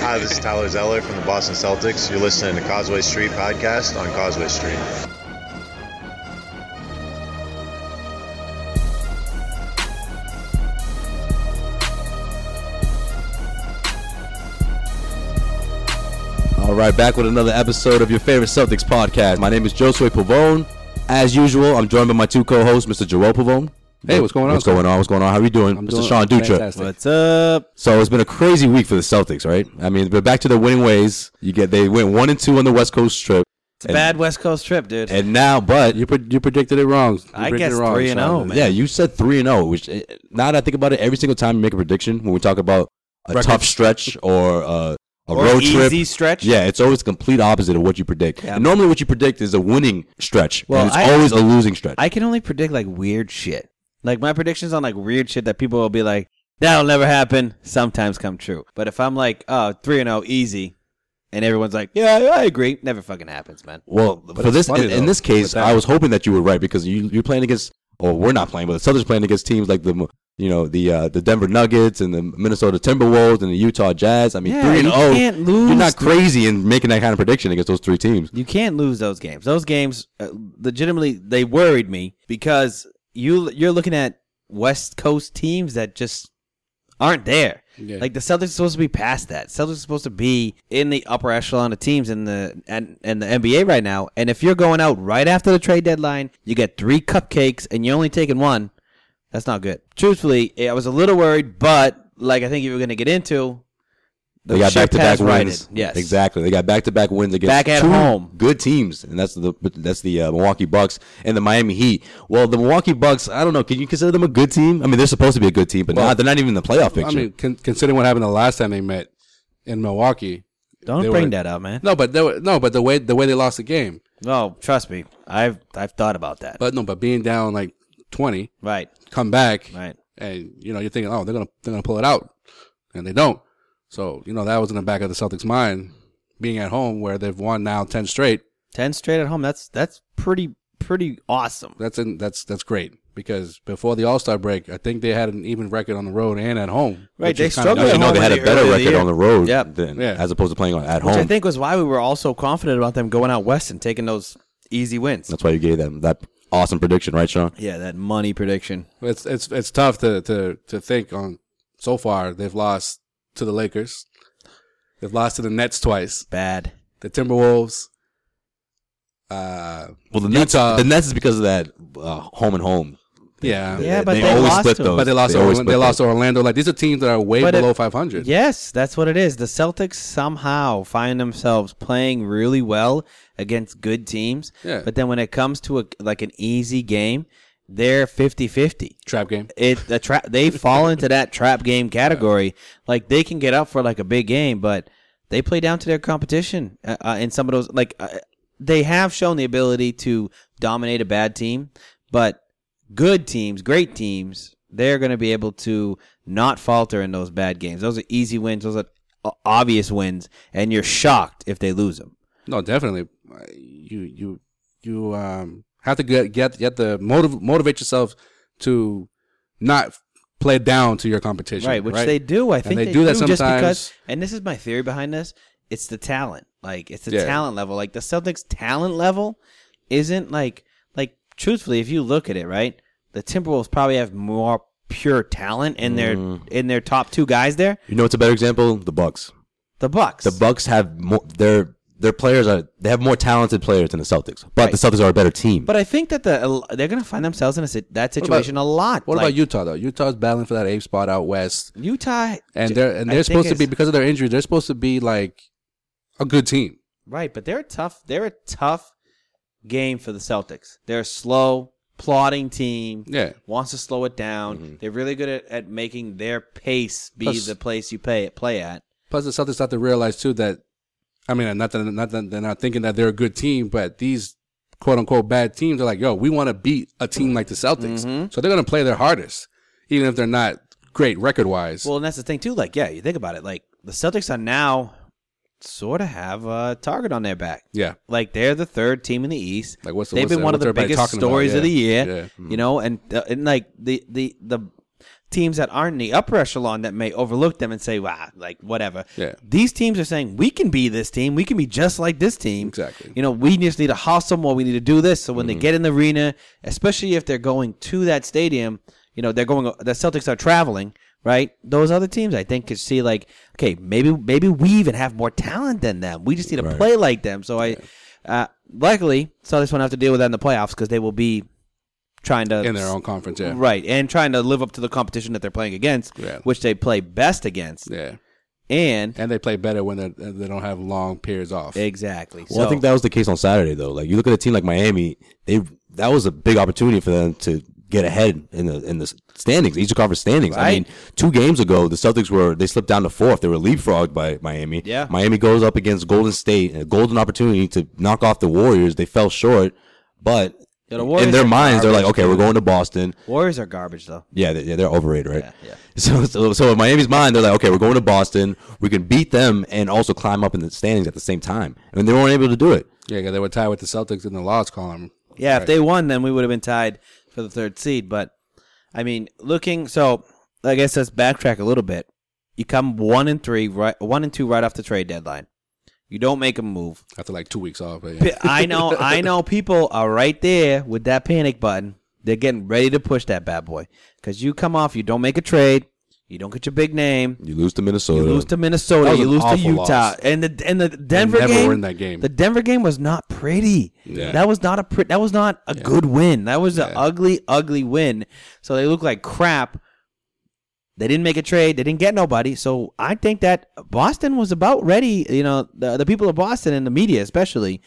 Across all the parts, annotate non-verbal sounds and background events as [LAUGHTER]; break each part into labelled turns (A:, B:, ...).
A: Hi, this is Tyler Zeller from the Boston Celtics. You're listening to Causeway Street Podcast on Causeway Street.
B: All right, back with another episode of your favorite Celtics podcast. My name is Josue Pavone. As usual, I'm joined by my two co-hosts, Mr. Jerome Pavone.
C: Hey, what's going on?
B: What's going on? What's going on? How are you doing,
C: I'm
B: Mr.
C: doing
B: Sean Dutra?
C: fantastic.
D: What's up?
B: So it's been a crazy week for the Celtics, right? I mean, but back to their winning ways. You get they went one and two on the West Coast trip,
D: It's a bad West Coast trip, dude.
B: and now, but
C: You pre- you predicted it wrong. You
D: I
C: predicted
D: guess
C: it wrong,
D: 3 and
C: Sean.
D: 0, man.
B: yeah, you said three and zero. Which eh, now that I think about it, every single time you make a prediction when we talk about a tough stretch or uh, a
D: Or
B: road trip,
D: easy stretch.
B: Yeah, it's always the complete opposite of what you predict.
D: Yeah.
B: And normally, what you predict is a winning stretch,
D: Well,
B: and it's
D: I-
B: always a losing stretch.
D: I can only predict like weird shit. Like my predictions on like weird shit that people will be like, that'll never happen. Sometimes come true. But if I'm like, oh, 3 and 0, easy, and everyone's like, yeah, I agree, never fucking happens, man.
B: well, for
C: it's
B: this,
C: funny,
B: in, in
C: though,
B: this
C: with
B: case,
C: that.
B: I was hoping that you were right because you you're playing against, or we're not playing, but the Celtics playing against teams like the you know the uh, the Denver Nuggets and the Minnesota Timberwolves and the Utah Jazz. I mean,
D: Yeah,
B: three and
D: you
B: zero.
D: can't lose
B: You're not
D: to-
B: crazy in making that kind of prediction against those three teams.
D: You can't lose those games. Those games, uh, legitimately, they worried me because you you're looking at West Coast teams that just aren't there.
C: Yeah.
D: Like the Celtics are supposed to be past that. Celtics are supposed to be in the upper echelon of teams in the and in the NBA right now. And if you're going out right after the trade deadline, you get three cupcakes and you're only taking one. That's not good. Truthfully, eh, I was a little worried, but like I think you were going to get into. the
B: They got
D: ship
B: back to back
D: has righted.
B: wins.
D: Yes,
B: exactly. They got back to back wins against
D: Back at
B: two
D: home.
B: good teams, and that's the that's the uh, Milwaukee Bucks and the Miami Heat. Well, the Milwaukee Bucks, I don't know. Can you consider them a good team? I mean, they're supposed to be a good team, but not, they're not even in the playoff picture.
C: I mean, con- considering what happened the last time they met in Milwaukee.
D: Don't
C: They
D: bring
C: were-
D: that up, man.
C: No, but they were, no, but the way the way they lost the game.
D: No, trust me. I've I've thought about that.
C: But no, but being down like twenty,
D: right,
C: come back,
D: right.
C: and you know you're thinking, oh, they're gonna they're gonna pull it out, and they don't. So you know that was in the back of the Celtics' mind, being at home where they've won now ten straight.
D: Ten straight at home. That's that's pretty pretty awesome.
C: That's in that's that's great because before the All Star break, I think they had an even record on the road and at home.
D: Right,
C: which
D: they
C: is kinda
D: struggled
B: you
D: at
B: know, they
D: home
B: had
D: in
B: a
D: the
B: better
D: early
B: record
D: year.
B: on the road
D: Yep.
B: than
C: Yeah.
B: as opposed to playing on, at
D: Which I
B: home.
D: think was why we were all so confident about them going out west and taking those easy wins.
B: that's why you gave them that awesome prediction, right, Sean?
D: Yeah, that money prediction.
C: it's it's it's tough to to to think on. So far, they've lost to the Lakers. They've lost to the Nets twice,
D: Bad.
C: the Timberwolves. Uh,
B: Well, the Nets,
C: Utah-
B: the Nets is because of that uh, home and home.
C: yeah,
D: Yeah, but
B: they,
D: they
B: always
D: lost
B: split
D: to 'em.
B: those.
C: but they lost. to
B: always
C: Orla-
B: split
C: they
B: those.
C: lost to Orlando. Like these are teams that are way
D: But it-
C: below 500.
D: Yes, that's what it is. The Celtics somehow find themselves playing really well against good teams.
C: Yeah.
D: But then when it comes to a like an easy game, they're 50-50.
C: trap game.
D: it the trap they fall into that trap game category. Like they can get up for like a big game, but they play down to their competition uh, uh, in some of those. Like uh, they have shown the ability to dominate a bad team, but good teams, great teams, they're going to be able to not falter in those bad games. Those are easy wins. Those are o- obvious wins, and you're shocked if they lose them.
C: No, definitely. Uh, You you you um have to get get get the motiv- motivate yourself to not play down to your competition.
D: Right, which they do. I think
C: they
D: they,
C: do that
D: Just because,
C: sometimes.
D: and this is my theory behind this: it's the talent. Like it's the
C: Yeah.
D: talent level. Like the Celtics' talent level isn't like like truthfully, if you look at it, right, the Timberwolves probably have more pure talent in their
C: Mm.
D: in their top two guys there.
B: You know, what's a better example. The Bucks.
D: The Bucks.
B: the Bucks have more their their players are they have more talented players than the Celtics, but the Celtics are a better team.
D: But I think that the they're gonna find themselves in a, sit-
C: about-
D: that situation a lot.
C: What
D: Like,
C: about Utah though? Utah's battling for that eighth spot out west,
D: Utah?
C: and they're and
D: I
C: they're
D: think
C: supposed to
D: it's-
C: be because of their injury. They're supposed to be like a good team.
D: Right, but they're a tough. They're a tough game for the Celtics. They're slow. plotting team.
C: Yeah. Mm-hmm.
D: wants to slow it down. They're really good at, at making their pace be
C: Plus-
D: the place you pay play at.
C: Plus, the Celtics have to realize too that, I mean, not that not that they're not thinking that they're a good team, but these quote unquote bad teams are like, yo, we want to beat a team like the Celtics,
D: Mm-hmm.
C: so they're gonna play their hardest, even if they're not great record wise.
D: Well, and that's the thing too. Like, yeah, you think about it. Like the Celtics are now sort of have a target on their back.
C: yeah,
D: Like they're the third team in the East.
C: Like, what's the-
D: they've
C: what's
D: been
C: the-
D: one of
C: what's
D: the
C: everybody
D: biggest
C: talking about?
D: stories of the
C: Yeah,
D: year.
C: yeah.
D: You know, and uh, and like the the the teams that aren't in the upper echelon that may overlook them and say, "Wow, like whatever."
C: Yeah.
D: These teams are saying we can be this team. We can be just like this team.
C: Exactly.
D: You know, we just need to hustle more. We need to do this. So when
B: Mm-hmm.
D: they get in the arena, especially if they're going to that stadium, you know, they're going. The Celtics are traveling. Right, those other teams I think could see like, okay, maybe maybe we even have more talent than them. We just need to play like them. So I, uh, luckily, Celtics won't have to deal with that in the playoffs because they will be trying to
C: in their own conference, yeah,
D: Right, and trying to live up to the competition that they're playing against,
C: Yeah.
D: which they play best against,
C: yeah,
D: and
C: and they play better when they they don't have long periods off.
D: exactly.
B: Well, I think that was the case on Saturday though. Like you look at a team like Miami, they that was a big opportunity for them to get ahead in the in the standings, Eastern Conference standings. I mean, two games ago, the Celtics were they slipped down to fourth. They were leapfrogged by Miami.
D: Yeah.
B: Miami goes up against Golden State, a golden opportunity to knock off the Warriors. They fell short, but
D: Yeah, the Warriors
B: in their
D: are
B: minds, they're like,
D: garbage,
B: okay, we're going to Boston.
D: Warriors are garbage though.
B: Yeah, they, yeah, they're overrated, right?
D: Yeah, yeah.
B: [LAUGHS] So, so, so in Miami's mind, they're like, okay, we're going to Boston. We can beat them and also climb up in the standings at the same time. I mean, they weren't able to do it.
C: Yeah, 'cause they were tied with the Celtics in the loss column.
D: Yeah, if they won, then we would have been tied for the third seed. But I mean, looking so, I guess let's backtrack a little bit. You come one and three, right? One and two, right off the trade deadline. You don't make a move.
C: After like two weeks off, but yeah.
D: P-
C: [LAUGHS]
D: I know, I know. People are right there with that panic button. They're getting ready to push that bad boy because you come off, you don't make a trade, you don't get your big name,
B: You lose to Minnesota.
D: you lose to
C: That
D: Minnesota,
C: was
D: you
C: an
D: lose to
C: awful
D: Utah,
C: loss.
D: and the and the Denver
C: never
D: game.
C: win that game.
D: The Denver game was not pretty.
C: Yeah.
D: That was not a pre- that was not a good win. That was an ugly, ugly win. So they look like crap. They didn't make a trade. They didn't get nobody. So I think that Boston was about ready. You know, the, the people of Boston and the media, especially,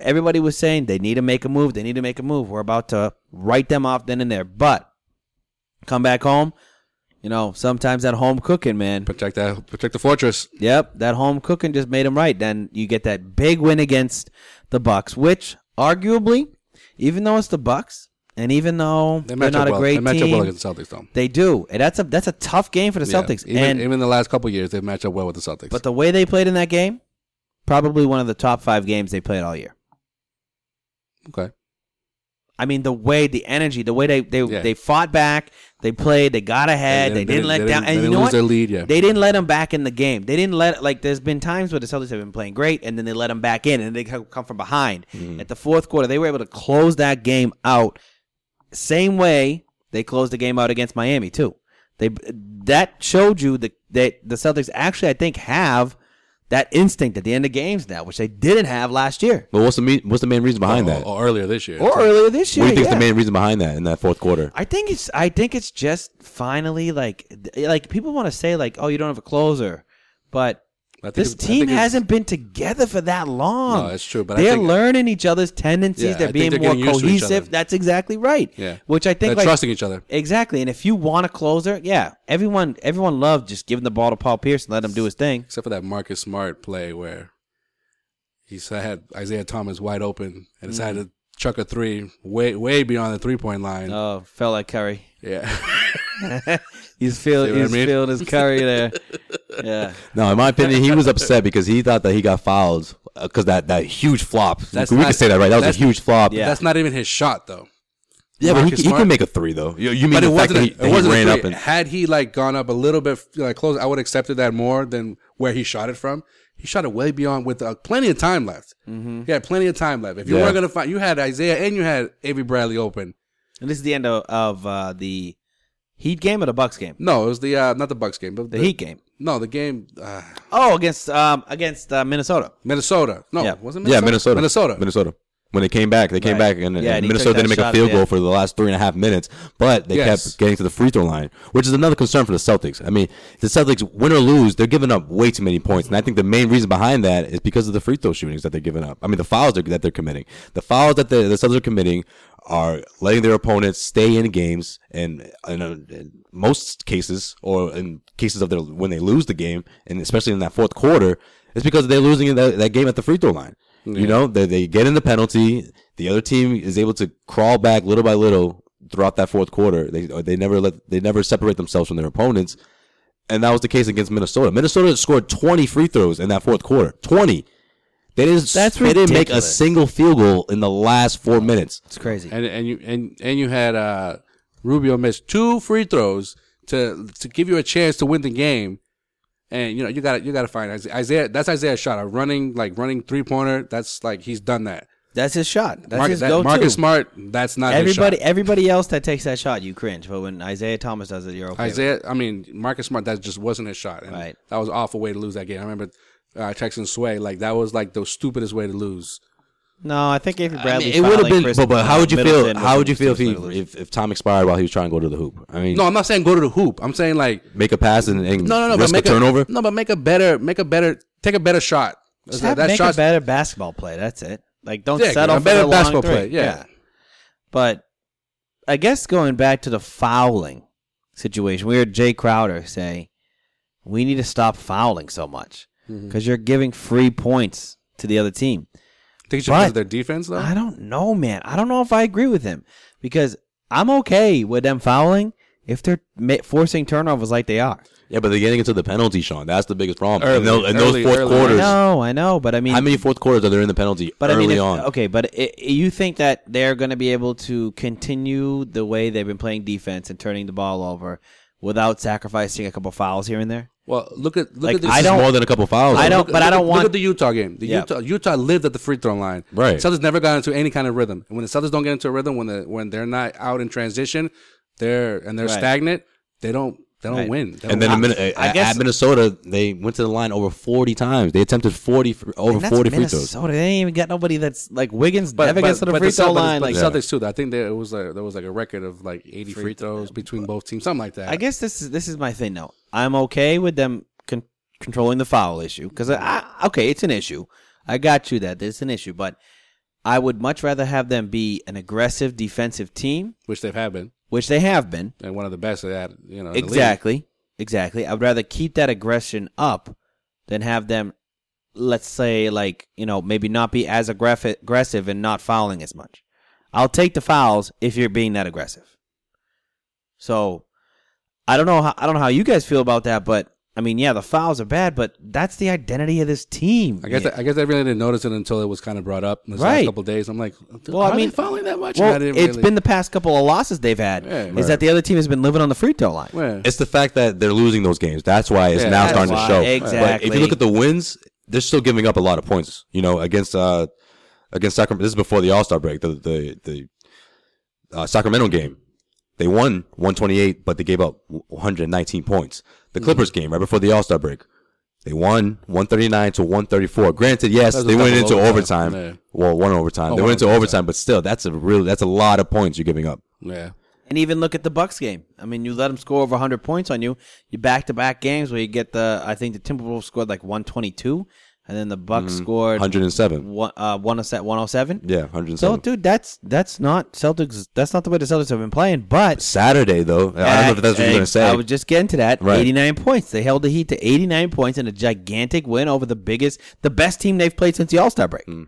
D: everybody was saying they need to make a move. They need to make a move. We're about to write them off then and there. But come back home. You know, sometimes that home cooking, man.
C: protect that, protect the fortress.
D: Yep, that home cooking just made him right. Then you get that big win against the Bucks, which arguably, even though it's the Bucks, and even though
C: They
D: they
C: match
D: are
C: up
D: not
C: well.
D: a great
C: they match up
D: team,
C: well against the Celtics, though.
D: they do. And that's a that's a tough game for the
C: Yeah.
D: Celtics.
C: Even,
D: and
C: even the last couple years, they've matched up well with the Celtics.
D: but the way they played in that game, probably one of the top five games they played all year.
C: okay,
D: I mean, the way the energy, the way they they,
C: Yeah.
D: they fought back, they played, they got ahead,
C: They didn't-
D: they, didn't
C: they
D: let
C: didn't-
D: down.
C: they
D: and you
C: didn't
D: know
C: lose
D: what?
C: their lead, yeah.
D: They didn't let them back in the game. They didn't let like. There's been times where the Celtics have been playing great, and then they let them back in, and they co- come from behind.
C: Mm-hmm.
D: At the fourth quarter, they were able to close that game out. Same way they closed the game out against Miami too. They that showed you that that the Celtics actually, I think, have that instinct at the end of games now, which they didn't have last year
B: But what's the main, what's the main reason behind
C: or,
B: that?
C: or earlier this year,
D: or
C: too.
D: earlier this year.
B: what do you think is
D: yeah.
B: the main reason behind that in that fourth quarter?
D: I think it's I think it's just finally like th- like people want to say like oh you don't have a closer, but
C: I think
D: this
C: it's- I
D: team
C: think it's-
D: hasn't been together for that long.
C: No, it's true, but I
D: they're
C: think-
D: learning each other's tendencies.
C: Yeah, I
D: they're
C: think
D: being
C: they're
D: more
C: getting used to each other.
D: cohesive. That's exactly right.
C: Yeah.
D: which I think
C: They're
D: like,
C: trusting each other.
D: exactly. And if you want a closer, yeah, everyone everyone loved just giving the ball to Paul Pierce and let him do his thing.
C: except for that Marcus Smart play where he s- had Isaiah Thomas wide open and decided to chuck a three way way beyond the three point line.
D: Mm-hmm. Oh, felt like Curry.
C: Yeah, [LAUGHS]
D: He's feeling
C: See what I
D: he's
C: mean?
D: feeling his
C: [LAUGHS]
D: Curry there. yeah.
B: No, in my opinion, he was upset because he thought that he got fouled because that, that huge flop.
C: That's
B: we
C: not-
B: can say that, right? That was
C: that's-
B: a huge flop.
D: Yeah.
C: that's not even his shot though.
B: yeah, but he,
C: Marcus
B: can- he
C: Smart.
B: can make a three though. You, you mean
C: But
B: the
C: it
B: fact
C: wasn't.
B: that
C: A,
B: he,
C: it
B: that he
C: wasn't.
B: ran
C: a
B: up
C: three.
B: and
C: Had he like gone up a little bit like close, I would have accepted that more than where he shot it from. He shot it way beyond with uh, plenty of time left. Mm-hmm. He had plenty of time left. If you
B: Yeah.
C: weren't gonna find, you had Isaiah and you had Avery Bradley open.
D: And this is the end of, of uh, the Heat game or the Bucks game.
C: No, it was the uh, not the Bucks game, but
D: The Heat game.
C: No, the game. Uh,
D: Oh, against um against uh, Minnesota.
C: Minnesota. No,
D: Yeah.
C: wasn't
B: yeah,
C: Minnesota?
B: Minnesota,
C: Minnesota.
B: Minnesota. When they came back, they came
D: Right.
B: back and,
D: Yeah,
B: and
D: and he
B: Minnesota
D: took that
B: didn't make a
D: shot
B: field
D: at the
B: goal
D: end.
B: for the last three and a half minutes, but they
C: Yes.
B: kept getting to the free throw line, which is another concern for the Celtics. I mean, the Celtics win or lose, they're giving up way too many points, and I think the main reason behind that is because of the free throw shootings that they're giving up. I mean, the fouls that that they're committing, the fouls that the, the Celtics are committing are letting their opponents stay in games, and and, uh, in most cases, or in cases of their when they lose the game, and especially in that fourth quarter, it's because they're losing in that, that game at the free throw line. You know, they they get in the penalty. The other team is able to crawl back little by little throughout that fourth quarter. They or they never let they never separate themselves from their opponents, and that was the case against Minnesota. Minnesota scored twenty free throws in that fourth quarter. Twenty. They didn't.
D: That's
B: they didn't make a
D: ridiculous.
B: single field goal in the last four minutes.
D: It's crazy.
C: and and you and and you had uh, Rubio miss two free throws to to give you a chance to win the game, and you know you got to you got to find Isaiah, Isaiah. That's Isaiah's shot. A running like running three pointer. That's like he's done that.
D: That's his shot. That's
C: Marcus,
D: his
C: that-
D: go-to.
C: Marcus Smart. That's not his shot.
D: Everybody, everybody else that takes that shot, you cringe. But when Isaiah Thomas does it, you're okay. with
C: Isaiah,
D: it.
C: I mean Marcus Smart, that just wasn't his shot, and
D: Right.
C: that was an awful way to lose that game. I remember uh, texting Sway like that was like the stupidest way to lose.
D: No, I think if
B: I
D: Bradley,
B: mean, it would have been, but, but how would you feel? How would you feel if,
D: he?
B: he, if if time expired while he was trying to go to the hoop? I mean,
C: No, I'm not saying go to the hoop. I'm saying like
B: make a pass and, and
C: no, no, no,
B: risk
C: but make
B: a turnover.
C: no, but make a better, make a better, take a better shot.
D: Just have, make a
C: shot's-
D: better basketball play. That's it. Like don't
C: Yeah,
D: settle
C: a
D: for
C: better
D: the long
C: basketball
D: three.
C: play, yeah.
D: But I guess going back to the fouling situation, we heard Jay Crowder say we need to stop fouling so much
C: Mm-hmm.
D: because you're giving free points to the other team.
C: Think it's just 'cause
D: But-
C: of their defense though.
D: I don't know, man. I don't know if I agree with him because I'm okay with them fouling if they're ma- forcing turnovers like they are.
B: Yeah, but they're getting into the penalty, Sean. That's the biggest problem.
C: Early,
B: and those, and those
C: early,
B: fourth
C: early.
D: I
B: quarters,
D: know, I know, but I mean,
B: how many fourth quarters are there in the penalty
D: But
B: early
D: I mean, if-
B: on?
D: okay, but i you think that they're going to be able to continue the way they've been playing defense and turning the ball over without sacrificing a couple fouls here and there?
C: Well, look at look
D: Like,
C: at this.
D: I
B: This is
D: don't-
B: more than a couple fouls.
D: I
B: though.
D: don't- but
C: look
D: I
C: at-
D: want-
C: Look at the Utah game. The
D: Yeah.
C: Utah Utah lived at the free throw line.
B: Right.
C: Celtics never got into any kind of rhythm. And when the Celtics don't get into a rhythm, when the when they're not out in transition, they're and they're
D: Right.
C: stagnant. They don't they don't
D: Right.
C: win. They
B: And
C: don't
B: then uh, a
C: win.
B: minute,
D: I
B: at,
D: guess-
B: at Minnesota, they went to the line over forty times. They attempted forty fr- over
D: And that's
B: forty free throws.
D: Minnesota. They ain't even got nobody that's like Wiggins never gets to the
C: but
D: free throw
C: Celt- but
D: line.
C: But
D: Like,
C: the Celtics too. I think there was like there was like a record of like eighty free, throws between both teams, something like that.
D: I guess this is this is my thing though. I'm okay with them con- controlling the foul issue because I, I okay, it's an issue. I got you that it's an issue, but I would much rather have them be an aggressive defensive team,
C: which they've had been
D: which they have been.
C: and one of the best of that. You know, in the league.
D: Exactly. Exactly. I would rather keep that aggression up than have them, let's say, like, you know, maybe not be as aggref- aggressive and not fouling as much. I'll take the fouls if you're being that aggressive. So I don't know how I don't know how you guys feel about that, but I mean, yeah, the fouls are bad, but that's the identity of this team.
C: I guess
D: Yeah.
C: I guess I really didn't notice it until it was kind of brought up in the last
D: Right.
C: couple of days. I'm like,
D: Well, I
C: are they
D: mean-
C: fouling that much?
D: well,
C: And I didn't
D: it's
C: really-
D: been the past couple of losses they've had
C: Yeah,
D: is
C: right.
D: that the other team has been living on the free throw line.
C: Yeah.
B: It's the fact that they're losing those games. That's why it's
C: Yeah,
B: now
C: that's
B: starting
D: why.
B: to show. But if
D: Exactly.
B: you look at the wins, they're still giving up a lot of points. You know, against uh against Sacramento. This is before the All Star break. The the the uh, Sacramento game, they won 128, but they gave up 119 points.
C: Mm-hmm.
B: The Clippers game right before the All Star break, they won 139 to 134. Granted, yes,
C: That was
B: they
C: a
B: went into
C: double
B: overtime.
C: overtime, yeah.
B: Well, one overtime.
C: Oh,
B: they
C: one
B: went into
C: overtime,
B: overtime, but still, that's a real that's a lot of points you're giving up.
C: yeah.
D: And even look at the Bucks game. I mean, you let them score over 100 points on you. You back to back games where you get the. I think the Timberwolves scored like 122, and then the Bucks scored
B: 107.
D: one, uh, one, 107.
B: Yeah, 107.
D: So, dude, that's that's not Celtics. That's not the way the Celtics have been playing. But
B: Saturday though, I don't know if that's what you're gonna say.
D: I was just getting to that.
B: Right.
D: 89 points. They held the Heat to 89 points in a gigantic win over the biggest, the best team they've played since the All Star break.
B: Hmm.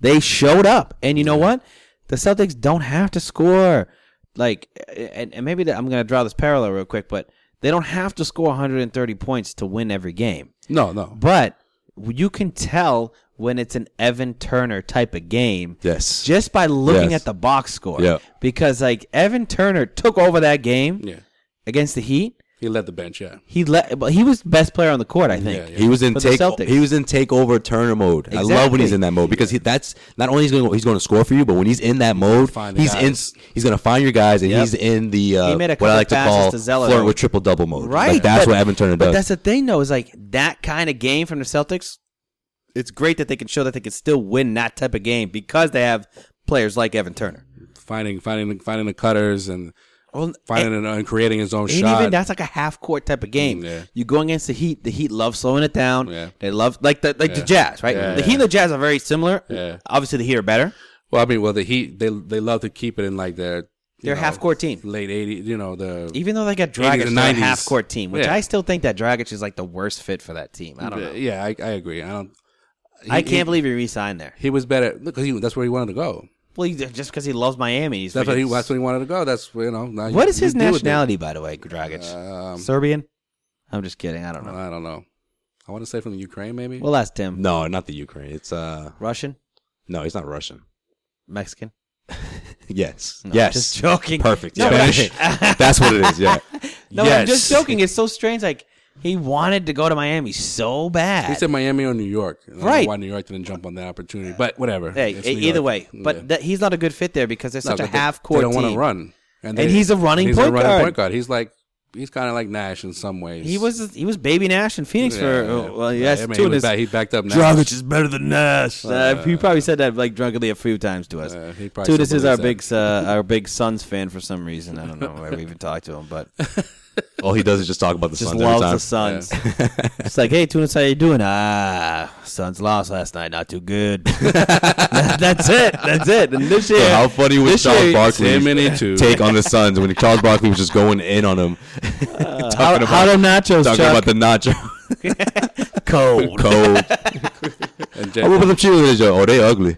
D: They showed up, and you know what? The Celtics don't have to score. Like, and, and maybe that I'm going to draw this parallel real quick, but they don't have to score 130 points to win every game.
C: No, no.
D: But you can tell when it's an Evan Turner type of game
B: Yes.
D: just by looking
B: Yes.
D: at the box score.
B: Yeah.
D: Because like Evan Turner took over that game
C: Yeah.
D: against the Heat.
C: He led the bench, yeah.
D: He let but he was the best player on the court, I think.
B: He was in
D: For the
B: take.
D: Celtics.
B: He was in takeover Turner mode. I love when he's in that mode because he, that's not only he's going he's going to score for you, but when he's in that mode,
C: find the
B: he's in
C: guys.
B: he's going to find your guys and
D: Yep.
B: he's in the uh,
D: He made a
B: what I
D: couple
B: like to
D: passes
B: call
D: to Zeller.
B: flirt with triple double mode.
D: Right.
B: Like, that's
D: but-
B: what Evan Turner
D: But
B: does.
D: that's the thing though, is like that kind of game from the Celtics, it's great that they can show that they can still win that type of game because they have players like Evan Turner.
C: Finding finding finding the cutters and
D: Well,
C: finding and, and creating his own
D: And
C: shot.
D: even that's like a half court type of game.
C: Yeah.
D: You go against the Heat. The Heat love slowing it down.
C: Yeah.
D: They love like the like the
C: Yeah.
D: Jazz, right?
C: Yeah,
D: the
C: yeah.
D: Heat and the Jazz are very similar.
C: Yeah.
D: Obviously, the Heat are better.
C: Well, I mean, well, the Heat they they love to keep it in like their you
D: Their
C: know,
D: half-court team.
C: late '80s. You know the
D: Even though they got
C: 80s
D: Dragic
C: and
D: in a
C: 90s.
D: half court team, which
C: Yeah.
D: I still think that Dragic is like the worst fit for that team. I don't know.
C: yeah, I, I agree. I don't. he-
D: I can't
C: he-
D: believe he re-signed there.
C: he was better because he, that's where he wanted to go.
D: Well, he, just because he loves Miami, he's
C: That's what he
D: freaking-
C: that's where he wanted to go. That's you know. now you-
D: What is
C: you
D: his
C: deal with it.
D: nationality, by the way, Dragic?
C: Um, Uh,
D: Serbian? I'm just kidding. I don't know.
C: I don't know. I want to say from the Ukraine, maybe.
D: We'll ask Tim.
B: No, not the Ukraine. It's uh,
D: Russian?
B: no, he's not Russian. [LAUGHS]
D: Mexican?
B: Yes,
D: No,
B: yes,
D: just joking.
B: Perfect.
D: No,
B: yeah.
D: but I-
B: That's what it is.
D: [LAUGHS]
B: Yeah.
D: No, I'm
B: Yes.
D: just joking. It's so strange. Like he wanted to go to Miami so bad.
C: he said Miami or New York. I don't know
D: Right.
C: why New York didn't jump on that opportunity? But whatever.
D: hey,
C: It's
D: e-
C: New
D: either
C: York.
D: way, but
C: Yeah.
D: that, he's not a good fit there because they're
C: No,
D: such a
C: but they-
D: half court
C: They don't
D: team.
C: want to run,
D: And he's a running
C: he's
D: point guard.
C: point guard. He's like he's kind of like Nash in some ways.
D: He was he was baby Nash in Phoenix for oh,
C: Yeah.
D: well,
C: Yeah,
D: yes,
C: I mean,
D: two
C: he,
D: in
C: was
D: his-
C: back, he backed up Nash.
D: Dragic is better than Nash. Uh, he probably said that like drunkenly a few times to us.
C: Uh, he probably
D: Tudis
C: still
D: is our big
C: believes
D: uh, our big Suns fan for some reason. I don't know why we even talked to him,
B: [LAUGHS]
D: but
B: All he does is just talk about the
D: just
B: Suns every
D: loves
B: time.
D: the Suns. [LAUGHS] it's like, hey, Tunis, how you doing? Ah, Suns lost last night, not too good. [LAUGHS] That's it. That's it. And this year,
B: How funny was
D: this
B: Charles
D: year-
C: Tim
B: Barkley's
C: and he too.
B: take on the Suns when Charles Barkley was just going in on him, [LAUGHS] talking
D: How,
B: about
D: how do nachos,
B: talking about
D: Chuck?
B: the nacho [LAUGHS]
D: cold.
B: cold.
C: And
B: I
C: Jen-
B: woke up with them cheerleaders. Oh, they ugly.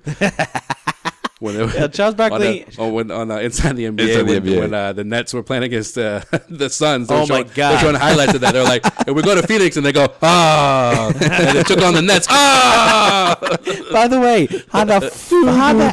C: when they were-
D: Yeah, Charles Barkley-
C: On the, oh, when on the, inside the NBA,
B: Inside the
C: when,
B: NBA.
C: when uh, the Nets were playing against uh, [LAUGHS] the Suns. they were
D: Oh, my
C: showing,
D: God.
C: They're showing highlights of that. They're like, if we go to Phoenix, and they go, [LAUGHS] ah, and they took on the Nets, ah.
D: [LAUGHS] By the way, how
B: [LAUGHS]
D: the f- how the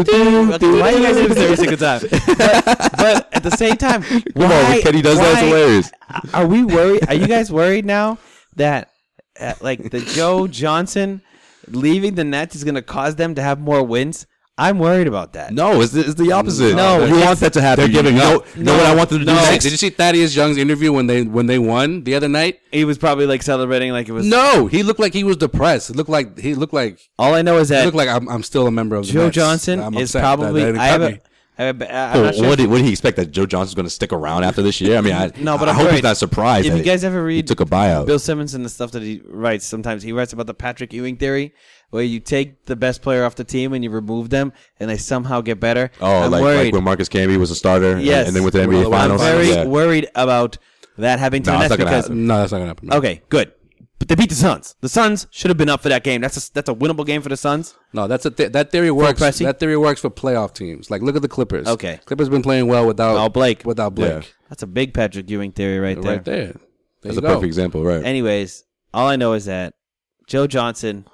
D: okay, [LAUGHS] why you guys do this every single time? But, but at the same time, why,
B: Come on, when Kenny does that, it's
D: why-
B: hilarious.
D: Are we worried? Are you guys worried now that uh, like the Joe Johnson leaving the Nets is going to cause them to have more wins? I'm worried about that.
B: No, it's the, it's the opposite.
D: No,
B: you
D: it's-
B: want that to happen.
C: they're giving
B: you know,
C: up.
B: you know what I want them to do
C: Did
B: next?
C: you see Thaddeus Young's interview when they when they won the other night?
D: He was probably like celebrating like it was.
C: No, he looked like he was depressed. It looked like he looked like
D: All I know is
C: he
D: that
C: looked like I'm, I'm still a member of the
D: Joe
C: Nets.
D: Johnson
C: I'm
D: is
C: upset that
D: probably.
C: they didn't
D: I
C: cut
D: have
C: me.
D: a, I have a, I'm
B: Well,
D: not sure
B: what, did, what did he expect that Joe Johnson's going to stick around after this year? I mean, I,
D: No, but
B: I
D: I'm
B: hope
D: worried.
B: he's not surprised.
D: If
B: that
D: you guys ever
B: he
D: read
B: took a buyout.
D: Bill Simmons and the stuff that he writes, sometimes he writes about the Patrick Ewing theory, where you take the best player off the team and you remove them, and they somehow get better.
B: oh,
D: I'm
B: like,
D: worried.
B: like when Marcus Camby was a starter, and-
D: yes,
B: and, then with the NBA
D: I'm
B: Finals.
D: very
B: yeah.
D: worried about that havappening to
B: No,
D: the
B: it's
D: Nets
B: not gonna
D: because
B: happen.
C: No, that's not gonna happen. man.
D: okay, good, but they beat the Suns. The Suns should have been up for that game. That's a, that's a winnable game for the Suns.
C: No, that's a th- that theory works.
D: Pressy?
C: That theory works for playoff teams. Like look at the Clippers.
D: Okay.
C: Clippers been playing well without
D: Without Oh, Blake.
C: Without Blake,
D: That's a big Patrick Ewing theory right there.
C: right there. There
B: That's
C: you
B: a
C: go.
B: perfect example, right?
D: Anyways, all I know is that Joe Johnson.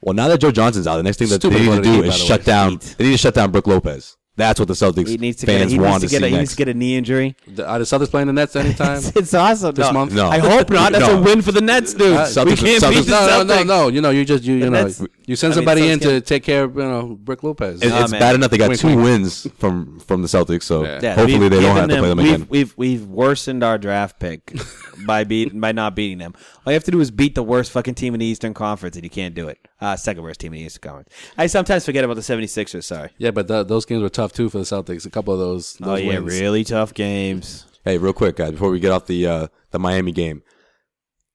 B: well, now that Joe Johnson's out, the next thing that
C: Stupid
B: they need to
C: what it
B: do
C: is, by
B: is
C: the
B: shut
C: way.
B: down.
D: Heat.
B: They need to shut down Brooke Lopez. That's what the Celtics
D: He needs to get. A,
B: fans
D: he needs
B: want
D: to
B: to
D: get.
B: see
D: A, he needs
B: next.
D: to get a knee injury.
C: The- Are the Celtics playing the
B: [LAUGHS]
C: Nets anytime?
D: [LAUGHS] It's, it's awesome.
C: This
D: no.
C: month? Uh,
B: No.
D: I hope not. That's
B: No.
D: a win for the Nets, dude.
B: Celtics-
D: we can't beat
B: Celtics-
D: the
C: no, no,
D: Celtics.
C: no, no. You know, you just you, you know
D: Nets-
C: you send
D: I mean,
C: somebody
D: Suns
C: in to
D: can't-
C: take care of you know Brooke Lopez.
B: It-
D: Nah,
B: it's
D: man.
B: bad enough they got
C: Wink,
B: two
C: wink.
B: wins from from the Celtics, so
C: Yeah.
D: Yeah,
B: hopefully
D: we've
B: they don't
D: given
B: have to play them
D: we've,
B: again.
D: We've we've worsened our draft pick
B: [LAUGHS]
D: by beat by not beating them. All you have to do is beat the worst fucking team in the Eastern Conference, and you can't do it. Uh, second worst team in the Eastern Conference. I sometimes forget about the 76ers. Sorry.
C: yeah, but th those games were tough too for the Celtics. A couple of those. those
D: Oh yeah,
C: wins.
D: really tough games.
B: Hey, real quick, guys, before we get off the uh, the Miami game,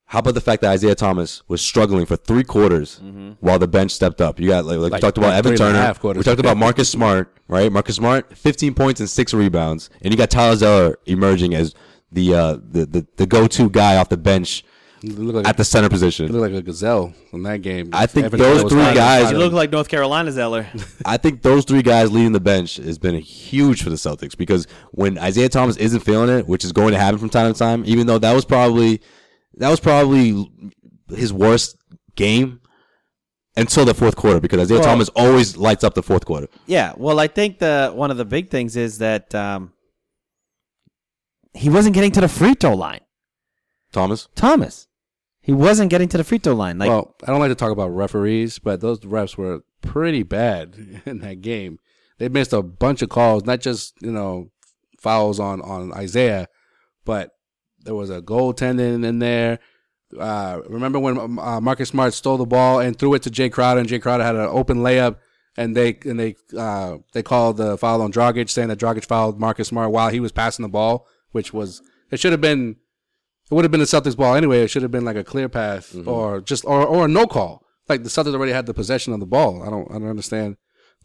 B: how about the fact that Isaiah Thomas was struggling for three quarters while the bench stepped up? You got like, like, we
C: Mm-hmm. Like,
B: talked about
C: like
B: Evan
C: three and a
B: Turner,
C: half quarters.
B: we talked about Marcus Smart, right? Marcus Smart, fifteen points and six rebounds, and you got Tyler Zeller emerging as the uh, the the, the go to guy off the bench
C: They look like
B: at the center
C: they
B: position.
C: look like a gazelle in that game.
B: I think
C: Evan
B: those
C: Turner was
B: three
C: fine.
B: guys-
D: You look like North Carolina Zeller.
B: I think those three guys leading the bench has been huge for the Celtics because when Isaiah Thomas isn't feeling it, which is going to happen from time to time, even though that was probably that was probably his worst game until the fourth quarter because Isaiah
D: Well-
B: Thomas always lights up the fourth quarter.
D: [LAUGHS] Yeah, well, I think the one of the big things is that um, he wasn't getting to the free throw line.
B: Thomas,
D: Thomas, he wasn't getting to the free throw line. Like,
C: well, I don't like to talk about referees, but those refs were pretty bad [LAUGHS] in that game. They missed a bunch of calls, not just you know fouls on on Isaiah, but there was a goaltending in there. Uh, remember when um, uh, Marcus Smart stole the ball and threw it to Jay Crowder, and Jay Crowder had an open layup, and they and they uh, they called the foul on Dragic, saying that Dragic fouled Marcus Smart while he was passing the ball, which was it should have been it would have been the Celtics ball anyway. It should have been like a clear path or just or or a no call. Like the Celtics already had the possession of the ball. I don't I don't understand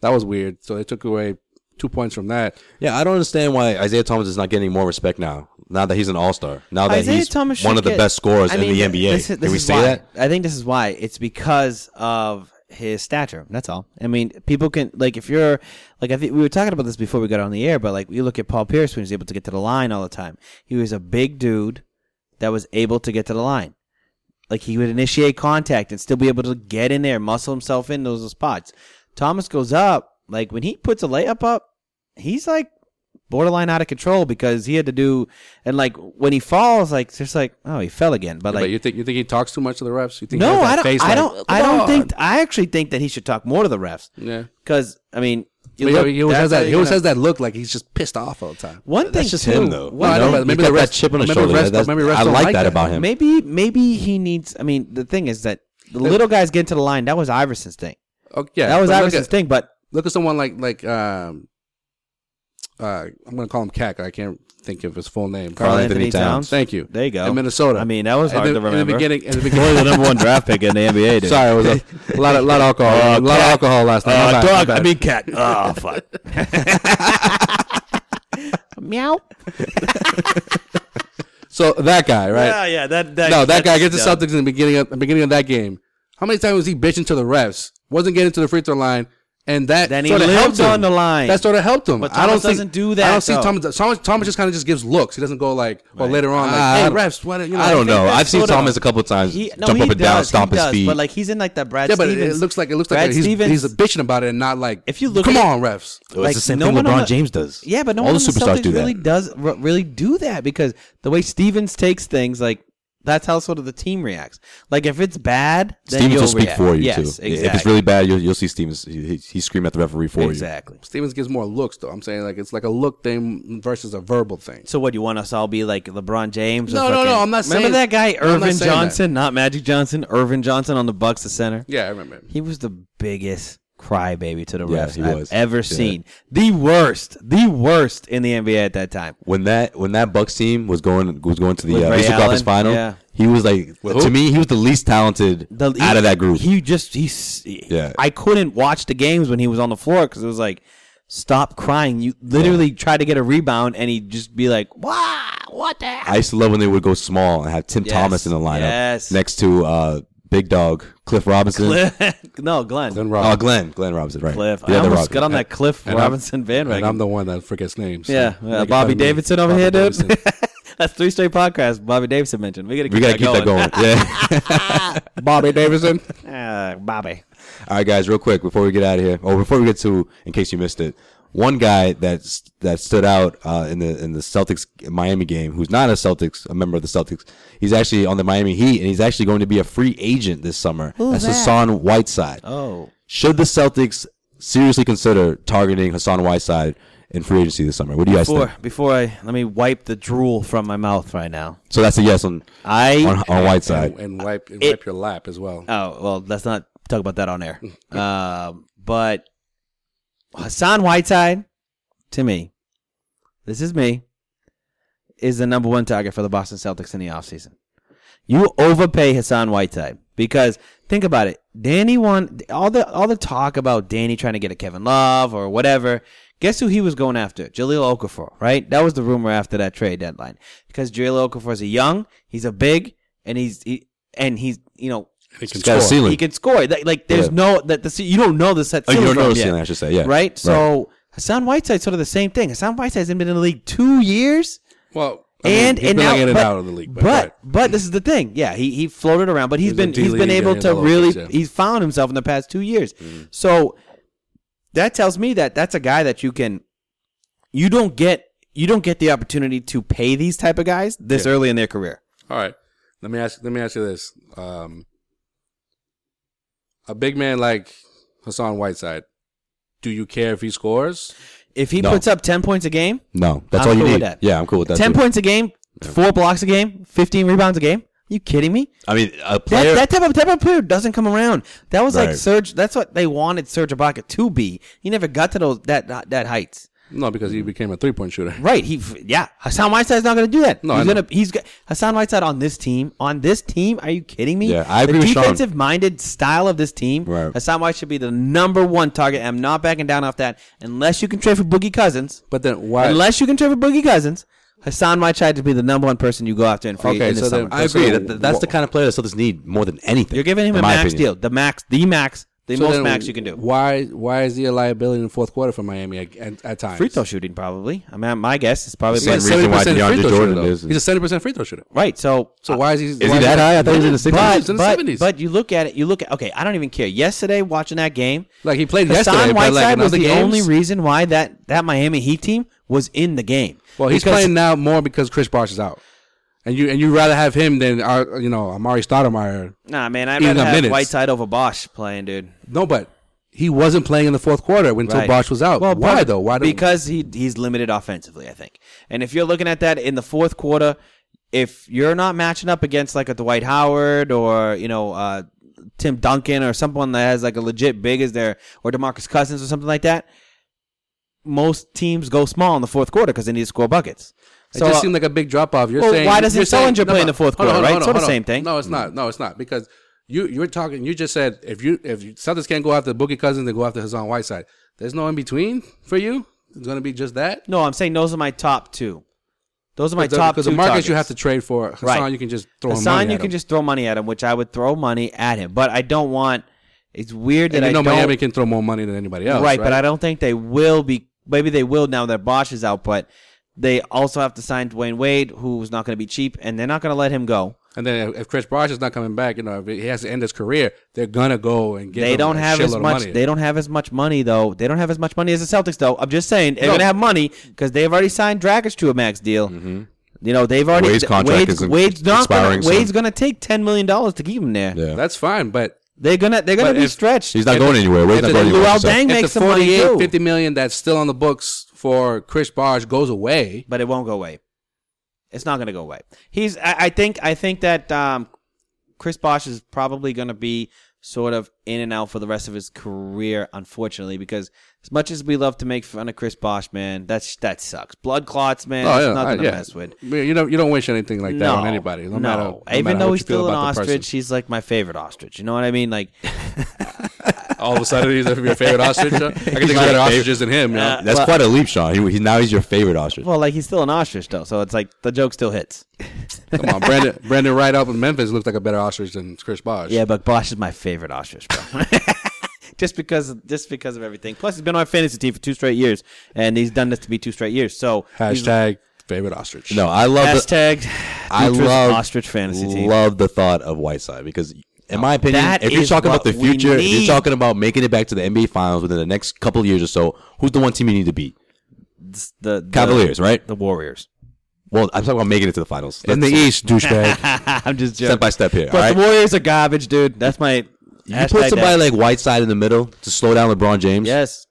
C: That was weird. So they took away two points from that.
B: Yeah, I don't understand why Isaiah Thomas is not getting more respect now. Now that he's an all star, now that
D: Isaiah
B: he's
D: Thomas
B: one
D: should
B: of the
D: get-
B: best scorers
D: I mean,
B: in the NBA.
D: This, is- this
B: Can we
D: is
B: say
D: why.
B: that?
D: I think this is why. It's because of his stature. That's all. I mean, people can like if you're like I think we were talking about this before we got on the air, but like you look at Paul Pierce when he was able to get to the line all the time. He was a big dude that was able to get to the line. Like he would initiate contact and still be able to get in there, muscle himself in those spots. Thomas goes up, like when he puts a layup up, he's like borderline out of control because he had to do and like when he falls, like it's just like oh he fell again. But
C: but
D: like
C: you think you think he talks too much to the refs? You think he
D: no,
C: has that
D: I don't.
C: face
D: I
C: like,
D: don't. I
C: "Come
D: don't
C: on."
D: think. I actually think that he should talk more to the refs.
C: Yeah.
D: Because I mean, you
C: But
D: look-
C: he always
D: that's
C: has
D: how
C: that.
D: you're
C: He always
D: gonna-
C: has that look like he's just pissed off all the time.
D: One thing
B: That's just
D: too,
B: him, though.
D: one
C: No, I know,
D: thing-
C: but
B: He's
C: maybe
B: got
C: the
B: that
C: refs-
B: chip on his
C: maybe the
B: shoulder.
C: refs
B: That-
C: don't-
B: that's-
C: maybe refs
B: I
C: don't
B: like
C: like
B: that
C: that.
B: about him.
D: Maybe maybe he needs. I mean, the thing is that the little guys get to the line. That was Iverson's thing.
C: Okay, yeah,
D: that was
C: but look
D: Iverson's
C: at-
D: thing. But
C: look at someone like like um uh I'm gonna call him Cack. I can't think of his full name.
B: Karl Anthony Towns.
C: Thank you.
D: There you go.
C: In Minnesota.
D: I mean, that was
C: In
D: hard
C: the- In
D: to remember.
C: the beginning,
D: [LAUGHS]
C: in the
D: Only
C: beginning.
D: the number one draft pick in the NBA. Dude.
C: Sorry, it was a,
B: [LAUGHS]
C: a lot of lot of alcohol,
B: Uh,
C: a lot of alcohol last night. My bad, my bad.
D: mean cat. Oh fuck. [LAUGHS] Meow.
C: so that guy, right?
D: Yeah, yeah. That, that
C: no, that guy
D: that's
C: gets the
D: dumb.
C: Celtics in the beginning of the beginning of that game. How many times was he bitching to the refs? Wasn't getting to the free throw line, and that
D: Then he
C: sort of
D: lived
C: helped him.
D: on the line.
C: That sort of helped him.
D: But
C: I don't
D: Thomas
C: think-
D: doesn't do that,
C: I don't see
D: though.
C: Thomas. Thomas, Thomas just kind of just gives looks. He doesn't go like, well, later on, like,
D: Ah.
B: Uh,
C: hey, refs, what? You know,
B: I don't know.
D: that's
B: I've seen
D: sort of-
B: Thomas a couple of times
D: He, no,
B: jump
D: he
B: up and
D: does,
B: down,
D: he
B: stomp his
D: does,
B: feet.
D: But like he's in like that Brad
C: Yeah, but
D: Stevens.
C: it- it looks like it looks like
D: Brad
C: he's,
D: Stevens.
C: he's bitching about it and not like.
D: If you look
C: come
D: at-
C: on, refs.
B: It's the same thing
D: one on
B: LeBron
D: the-
B: James does.
D: Yeah, but no
B: All
D: one
B: the
D: on the
B: superstars
D: Celtics
B: do that.
D: really does r- really do that because the way Stevens takes things, like that's how sort of the team reacts. Like if it's bad, then
B: Stevens
D: you'll
B: will speak
D: react.
B: for you
D: yes,
B: too.
D: Exactly.
B: If it's really bad, you'll, you'll see Stevens. He, he, he scream at the referee for
D: exactly.
C: Stevens gives more looks though. I'm saying like it's like a look thing versus a verbal thing.
D: So what? You want us all be like LeBron James? or
C: No, no,
D: fucking-
C: no, I'm not
D: Remember
C: saying-
D: that guy
C: I'm not
D: Irvin
C: saying that.
D: Johnson, not Magic Johnson. Irvin Johnson on the Bucks, the center.
C: Yeah, I remember.
D: He was the biggest crybaby to the
B: Yeah,
D: refs
B: he
D: I've
B: was.
D: ever
B: Yeah.
D: seen. The worst, the worst in the NBA at that time.
B: you. When that when that Bucks team was going was going to the
D: With
B: uh,
D: Ray
B: Eastern Conference
D: Allen,
B: Final,
D: yeah.
B: he was like
C: who?
B: to me he was the least talented
D: The- he-
B: out of that group.
D: He just he's yeah.
B: Yeah.
D: I couldn't watch the games when he was on the floor because it was like, stop crying. You literally try to get a rebound and he'd just be like, wow, what the?
B: I
D: Hell?
B: used to love when they would go small and have Tim
D: Yes.
B: Thomas in the lineup
D: Yes.
B: next to uh, Big Dog Cliff Robinson.
D: [LAUGHS] no, Glenn.
C: Then
B: Oh,
C: Robin.
B: Glenn, Glenn Robinson, right?
D: Cliff.
B: The
D: I
B: other
D: almost
B: Robin.
D: got on that Cliff
C: and I'm-
D: Robinson
C: and I'm
D: bandwagon.
C: the one that forgets names. so
D: Yeah,
C: make
D: uh,
C: it
D: Bobby
C: fun of me.
D: Davidson over
C: Bobby
D: here, dude.
C: Davidson.
D: [LAUGHS] That's three straight podcasts Bobby Davidson mentioned. We gotta keep,
B: We gotta
D: that,
B: keep
D: going.
B: that going.
D: [LAUGHS]
B: Yeah.
C: Bobby Davidson.
D: Uh, Bobby.
B: All right, guys, real quick before we get out of here, or before we get to, in case you missed it, one guy that's that stood out uh, in the in the Celtics Miami game, who's not a Celtics, a member of the Celtics, he's actually on the Miami Heat, and he's actually going to be a free agent this summer. that's
D: that?
B: Hassan Whiteside.
D: Oh.
B: Should the Celtics seriously consider targeting Hassan Whiteside in free agency this summer? What do you guys
D: Before,
B: think?
D: before I let me wipe the drool from my mouth right now.
B: So that's a yes on
D: I
B: on, on Whiteside.
C: and, and wipe and
D: It-
C: wipe your lap as well.
D: Oh well, let's not talk about that on air. um, but Hassan Whiteside, to me, this is me, is the number one target for the Boston Celtics in the offseason. You overpay Hassan Whiteside because think about it. Danny won all the all the talk about Danny trying to get a Kevin Love or whatever. Guess who he was going after? Jaleel Okafor, right? That was the rumor after that trade deadline because Jaleel Okafor is a young, he's a big, and he's he, and he's you know
C: He can
B: He's got a
C: score.
B: ceiling.
D: he can score. Like, like there's
B: Yeah.
D: no that the ce- you don't know the set
B: Oh, you
D: ceiling
B: don't
D: from
B: know the
D: yet,
B: ceiling, I should say. Yeah.
D: right. So Hassan Whiteside's sort of the same thing. Hassan Whiteside's been in the league two years,
C: Well,
D: and
C: he's
D: and
C: been
D: now
C: like in and
D: but,
C: out of the league, but,
D: but but this is the thing. Yeah, he he floated around, but
C: He's
D: he's been
C: been
D: he's been
C: D-league
D: able
C: and
D: to
C: all over
D: really
C: the place, yeah.
D: he's found himself in the past two years.
B: Mm-hmm.
D: So that tells me that that's a guy that you can you don't get you don't get the opportunity to pay these type of guys this early in their career.
C: all right. Let me ask. Let me ask you this: um, A big man like Hassan Whiteside, do you care if he scores?
D: If he
B: No.
D: puts up ten points a game,
B: No, that's
D: I'm
B: all you
D: cool with
B: need.
D: that.
B: Yeah, I'm cool with that.
D: 10
B: too.
D: points a game, four blocks a game, 15 rebounds a game. you kidding me?
B: I mean, a
D: That,
B: player.
D: that type of type of player doesn't come around. That was like
B: Right.
D: Serge. That's what they wanted Serge Ibaka to be. He never got to those that that heights.
C: No, because he became a three point shooter.
D: Right. He f- yeah. Hassan Whiteside's not going to do that.
C: No,
D: he's
C: I know.
D: gonna he's got Hassan Whiteside on this team. On this team, are you kidding me?
B: Yeah, I
D: the
B: agree with Sean.
D: defensive minded style of this team.
B: Right.
D: Hassan White should be the number one target. I'm not backing down off that unless you can trade for Boogie Cousins.
C: But then why?
D: Unless you can trade for Boogie Cousins, Hassan Whiteside to be the number one person you go after in free
C: Okay,
D: in the
C: so then
D: summer.
C: I
B: I
C: agree.
B: agree.
C: So- That-
B: that's the kind of player the Celtics need more than anything.
D: You're giving him a max deal. The max, the max, the
C: so
D: most
C: then
D: max you can do.
C: Why? Why is he a liability in the fourth quarter for Miami at, at, at times?
D: free throw shooting probably. I mean, my guess is probably
C: He's a
B: Same reason why DeAndre
C: 70% free
B: Jordan
C: throw shooter, though.
B: is-
C: He's a seventy percent free throw shooter.
D: right. So
C: So why Uh, is he?
B: Is he that high? I thought he was in the
D: But,
B: sixties.
C: in the
D: but,
C: 70s.
D: but you look at it, you look at okay, I don't even care. Yesterday watching that game,
C: Like, he played
D: Hassan
C: yesterday, but, like,
D: Whiteside
C: in
D: was
C: other
D: the
C: games-
D: only reason why that, that Miami Heat team was in the game.
C: Well, he's
D: Because-
C: playing now more because Chris Bosh is out, and you and you rather have him than our, you know Amari Stoudemire.
D: Nah, man, I'd
C: in
D: rather
C: the
D: have
C: minutes.
D: Whiteside over Bosch playing, dude.
C: No, but he wasn't playing in the fourth quarter until
D: Right.
C: Bosh was out. Well, why
D: part-
C: though? Why do
D: Because he he's limited offensively, I think. And if you're looking at that in the fourth quarter, if you're not matching up against like a Dwight Howard or you know uh, Tim Duncan or someone that has like a legit big as their or Demarcus Cousins or something like that, most teams go small in the fourth quarter because they need to score buckets.
C: It just seemed like a big drop off. You're
D: Well,
C: saying
D: why doesn't
C: you're saying-
D: Sullinger play in the fourth
C: hold on,
D: quarter,
C: hold on, hold
D: right?
C: on,
D: Sort of
C: hold on.
D: same thing.
C: No, it's not. No, it's not because you you were talking. You just said if you if you- Celtics can't go after Boogie Cousins, they go after Hassan Whiteside. There's no in between for you. It's going to be just that.
D: no, I'm saying those are my top two. Those are my
C: Because the-
D: top
C: because
D: two.
C: the markets
D: targets.
C: you have to trade for Hassan,
D: Right.
C: you can just throw him
D: Hassan,
C: money
D: you
C: at
D: can
C: him.
D: just throw money at him, which I would throw money at him, but I don't want. It's weird that
C: And you
D: I
C: know
D: don't.
C: Miami can throw more money than anybody else,
D: right, but I don't think they will be. Maybe they will now that Bosch is out, but they also have to sign Dwayne Wade, who's not going to be cheap, and they're not going to let him go.
C: And then if- if Chris Bosh is not coming back, you know, if he has to end his career, they're gonna go and give.
D: they
C: him
D: don't
C: a
D: have
C: shitload
D: as
C: of
D: much.
C: Money.
D: They don't have as much money though. They don't have as much money as the Celtics though. I'm just saying they're going to have money because they've already signed Dragic to a max deal. You know they've already
B: Wade's contract
D: Wade's,
B: is
D: Wade's not gonna,
B: expiring soon.
D: Wade's going to take ten million dollars to keep him there.
B: Yeah.
C: That's fine, but
D: They're gonna they're going
C: But
D: to be
C: if-
D: stretched.
B: He's not going anywhere. Wade's not
C: if
B: going
C: the
B: anywhere.
D: Luau
B: so-
D: Dang
C: if the
D: makes some money,
C: 48,
D: too.
C: 50 million that's still on the books for Chris Bosh goes away,
D: but it won't go away. It's not going to go away. He's. I, I think. I think that um, Chris Bosch is probably going to be sort of in and out for the rest of his career, unfortunately, because as much as we love to make fun of Chris Bosch, man, that's that sucks. Blood clots, man.
C: Oh,
D: that's
C: yeah,
D: nothing
C: I-
D: to
C: yeah.
D: mess with.
C: Man, You don't you don't wish anything like that
D: no,
C: on anybody. No,
D: No,
C: matter no
D: even
C: matter
D: though
C: what
D: he's
C: you feel
D: still an
C: about the
D: ostrich,
C: person.
D: he's like my favorite ostrich. You know what I mean? Like,
C: [LAUGHS] all of a sudden he's your favorite ostrich.
D: [LAUGHS]
C: huh? I can think of better ostriches than him. you know?
D: Uh,
B: That's
D: Well-
B: quite a leap, Sean. He, he's now he's your favorite ostrich.
D: well, like he's still an ostrich though, so it's like the joke still hits.
C: Come on, Brandon Brandon Wright up in Memphis looked like a better ostrich than Chris Bosh.
D: Yeah, but Bosch is my favorite ostrich, bro. [LAUGHS] just because, just because of everything. Plus, he's been on our fantasy team for two straight years, and he's done this to be two straight years. So he's-
C: Hashtag favorite ostrich.
B: No, I love. The,
D: hashtag.
B: I
D: Dutra's
B: love
D: ostrich fantasy team.
B: Love the thought of Whiteside because, in my opinion,
D: that
B: if you're
D: is
B: talking about the
D: what we
B: future, if
D: need.
B: you're talking about making it back to the NBA Finals within the next couple of years or so, who's the one team you need to beat?
D: the, the
B: Cavaliers, right?
D: the Warriors. [LAUGHS]
B: Well, I'm talking about making it to the finals.
C: in the
B: Let's-
C: East, douchebag. [LAUGHS]
D: I'm just joking.
B: step by step here.
D: But
B: All right?
D: the Warriors are garbage, dude. That's my.
B: You put somebody like Whiteside in the middle to slow down LeBron James,
D: yes,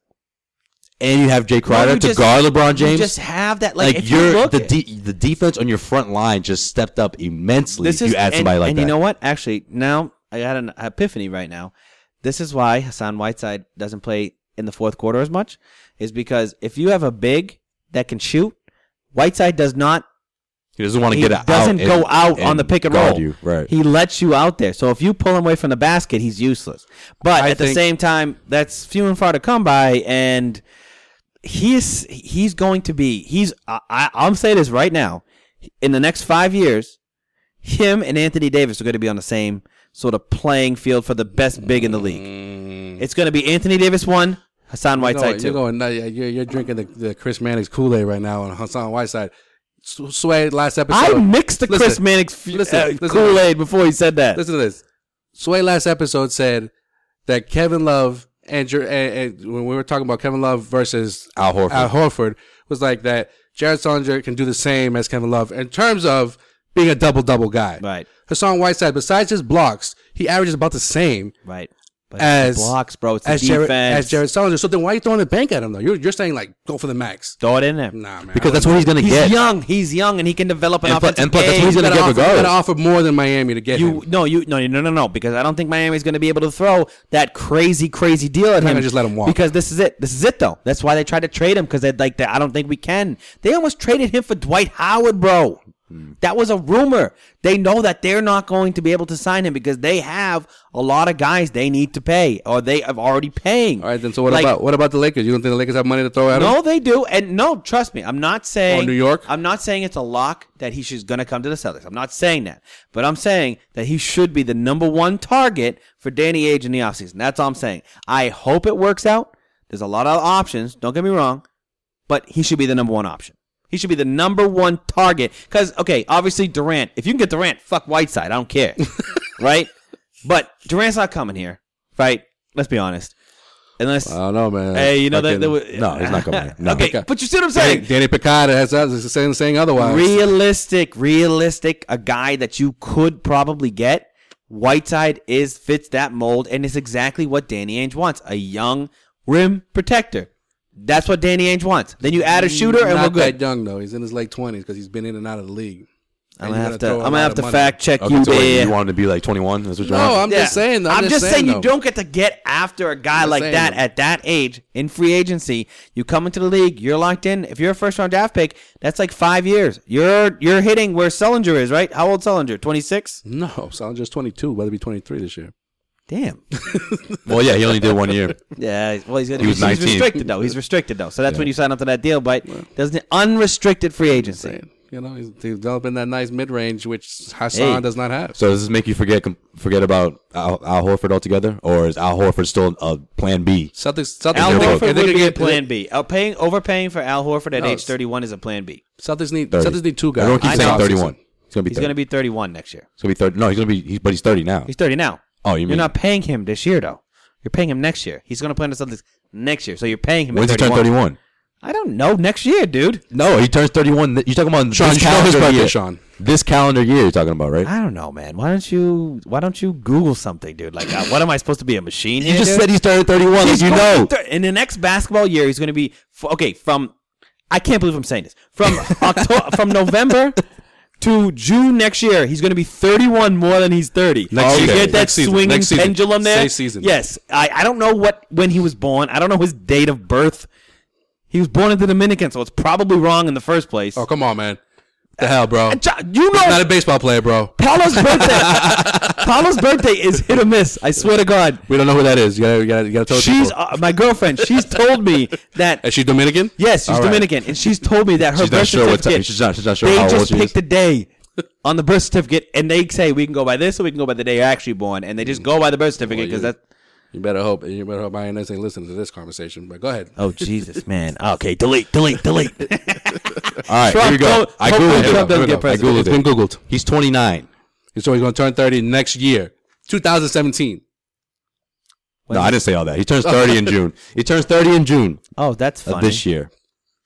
B: and you have Jay
D: No,
B: Crowder
D: you
B: to
D: just-
B: guard LeBron
D: you
B: James.
D: just have that
B: like
D: like, if you
B: you're
D: look
B: the
D: at-
B: de- the defense on your front line just stepped up immensely.
D: This
B: if
D: is
B: you add
D: and,
B: somebody like
D: and
B: that.
D: you know what? Actually, now I had an epiphany right now. This is why Hassan Whiteside doesn't play in the fourth quarter as much, is because if you have a big that can shoot, Whiteside does not.
B: he doesn't want to
D: He
B: get out.
D: doesn't
B: and-
D: go out on the pick and
B: guard
D: roll.
B: You. Right.
D: He lets you out there. So if you pull him away from the basket, he's useless. But
C: I
D: at the
C: think-
D: same time, that's few and far to come by, and he's he's going to be he's I, I, I'm saying this right now. In the next five years, him and Anthony Davis are going to be on the same sort of playing field for the best big in the league. It's going to be Anthony Davis one, Hassan
C: No,
D: Whiteside
C: Mm. you're
D: two.
C: going. no, yeah, You're, you're drinking the, the Chris Mannix Kool Aid right now on Hassan Whiteside. S- Sway last
D: I
C: episode.
D: mixed the
C: Listen,
D: Chris Mannix
C: listen, listen.
D: Kool Aid before he said that.
C: Listen to this. Sway last episode said that Kevin Love and, Jer- and, and when we were talking about Kevin Love versus
B: Al Horford.
C: Al Horford was like that. Jared Solinger can do the same as Kevin Love in terms of being a double double guy.
D: Right.
C: Hassan Whiteside, besides his blocks, he averages about the same
D: Right. But
C: as
D: it's the blocks, bro. It's the
C: as
D: defense.
C: Jared, as Jared Sullinger. So then why are you throwing the bank at him though? You're you're saying like go for the max.
D: Throw it in there.
C: Nah, man.
B: because that's what he's gonna
D: He's
B: get.
D: young. He's young, and he can develop an
B: And plus-
D: offensive
B: and plus that's
D: game.
B: what he's gonna
C: gotta
B: get
C: offer,
B: regardless.
C: gotta offer more than Miami to get
D: You
C: him.
D: no, you no, no, no, no, because I don't think Miami's going to be able to throw that crazy, crazy deal at
C: not
D: him.
C: gonna just let him walk.
D: Because this is it. This is it, though. That's why they tried to trade him because they like that. I don't think we can. They almost traded him for Dwight Howard, bro. That was a rumor. They know that they're not going to be able to sign him because they have a lot of guys they need to pay, or they have already paying.
C: All right, then. So what
D: Like,
C: about what about the Lakers? You don't think the Lakers have money to throw at him?
D: No, they do, and no, trust me, I'm not saying
C: Or New York?
D: I'm not saying it's a lock that he should going to come to the Celtics. I'm not saying that, but I'm saying that he should be the number one target for Danny Age in the offseason. That's all I'm saying. I hope it works out. There's a lot of options. Don't get me wrong, but he should be the number one option. He should be the number one target because okay, obviously Durant. If you can get Durant, fuck Whiteside. I don't care, right? But Durant's not coming here, right? Let's be honest. Unless
C: I don't know, man.
D: Hey, you know that
C: Fucking-
D: there was,
B: No, he's not coming. No.
D: okay,
C: Okay.
D: but you see what I'm
C: Danny,
D: saying?
C: Danny Picard has us saying saying otherwise.
D: Realistic, realistic. A guy that you could probably get. Whiteside is fits that mold and is exactly what Danny Ainge wants: a young rim protector. That's what Danny Ainge wants. Then you add a shooter, and
C: Mm, not
D: we're good.
C: that young though. He's in his late twenties because he's been in and out of the league. And
D: I'm gonna
C: you're
D: have
C: throw
D: to.
C: a
D: I'm gonna
C: lot
D: have
C: of
D: to
C: money.
D: fact check
B: Okay,
D: you
B: so wait,
D: there.
B: you want him to be like 21? That's what you
C: No,
B: want?
C: I'm just saying. I'm,
D: just, saying,
C: though.
D: you don't get to get after a guy
C: just
D: like
C: saying,
D: that
C: though.
D: at that age in free agency. You come into the league, you're locked in. If you're a first round draft pick, that's like five years. You're you're hitting where Sellinger is, right? How old Sellinger? Twenty six.
C: No, Salinger's 22, about to be 23 this year. [LAUGHS]
D: Damn.
B: well, yeah, he only did one year.
D: Yeah. he's- Well, he's gonna.
B: He was
D: he's
B: 19.
D: restricted though. He's restricted though. So that's when you sign up to that deal. But doesn't it- unrestricted free agency.
C: You know, he's, he's developing that nice mid range, which Hassan
D: Hey.
C: does not have.
B: So does this make you forget com- forget about Al, Al Horford altogether, or is Al Horford still a Plan B?
C: Celtics, Celtics,
D: Al
C: need-
D: Horford
C: if
D: would
C: they could
D: be a
C: get-
D: plan B. Uh, paying overpaying for Al Horford at
C: No,
D: age
C: it's-
D: thirty one is a plan B.
C: Celtics need
B: 30.
C: Celtics need two guys.
B: Everyone keeps
D: I
B: saying
D: know.
B: 31. He's gonna be.
D: He's
B: 30.
D: gonna be thirty one next year.
B: He's gonna be 30. No, he's gonna be. He's, but he's 30 now.
D: He's 30 now.
B: Oh, you
D: You're
B: mean-
D: not paying him this year, though. You're paying him next year. He's going to play on the Celtics next year, so you're paying him.
B: When's he
D: at
B: turn
D: 31.
B: 31?
D: I don't know. Next year, dude.
B: No, he turns 31. You're talking about
C: Sean,
B: this
C: you know his
B: calendar
C: birthday,
B: year.
C: Sean.
B: This calendar year you're talking about, right?
D: I don't know, man. Why don't you Why don't you Google something, dude? Like, uh, what am I supposed to be a machine?
B: you just said he's turning 31. Like, you know.
D: in the next basketball year, he's going to be f- okay. From I can't believe I'm saying this.
C: [LAUGHS]
D: From October, from November. To June next year, he's going to be 31 more than he's 30.
C: Next
D: you
C: season.
D: get that
C: Next season.
D: swinging
C: Next season.
D: pendulum there.
C: Say season.
D: Yes, I, I don't know what when he was born. I don't know his date of birth. He was born in the Dominican, so it's probably wrong in the first place.
C: Oh, come on, man. The hell, bro.
D: And Ch- You know,
C: Not a baseball player, bro.
D: Paolo's birthday.
C: [LAUGHS]
D: Paolo's birthday is hit or miss. I swear to God.
C: We don't know who that is. You gotta, you gotta, you gotta tell
D: She's
C: people.
D: uh, my girlfriend. She's told me
C: [LAUGHS]
D: that
C: Is she Dominican?
D: Yes, she's
C: All right.
D: Dominican, and she's told me that her
B: She's not
D: birth
B: sure what
D: certificate.
B: time- she's not- she's not sure
D: they
B: how old
D: just
B: she
D: picked
B: is.
D: the day on the birth certificate, and they say we can go by this or we can go by the day you're actually born, and they just go by the birth certificate because
C: you-
D: that.
C: You better hope. You better hope INS ain't listening to this conversation. But go ahead.
D: Oh Jesus, man! Okay, delete, delete, delete.
B: All
D: [LAUGHS]
B: right, here we go.
D: Trump don't-
B: I
D: hope
B: googled
D: Trump
B: it.
D: doesn't get
B: I
D: president.
B: googled
C: It's been
B: it.
C: Googled.
B: He's 29.
C: So he's gonna turn 30 next year, 2017.
B: No, I didn't say all that. He turns 30
D: [LAUGHS]
B: in June. He turns 30 in June
D: Oh, that's
B: of
D: funny.
B: Uh, this year.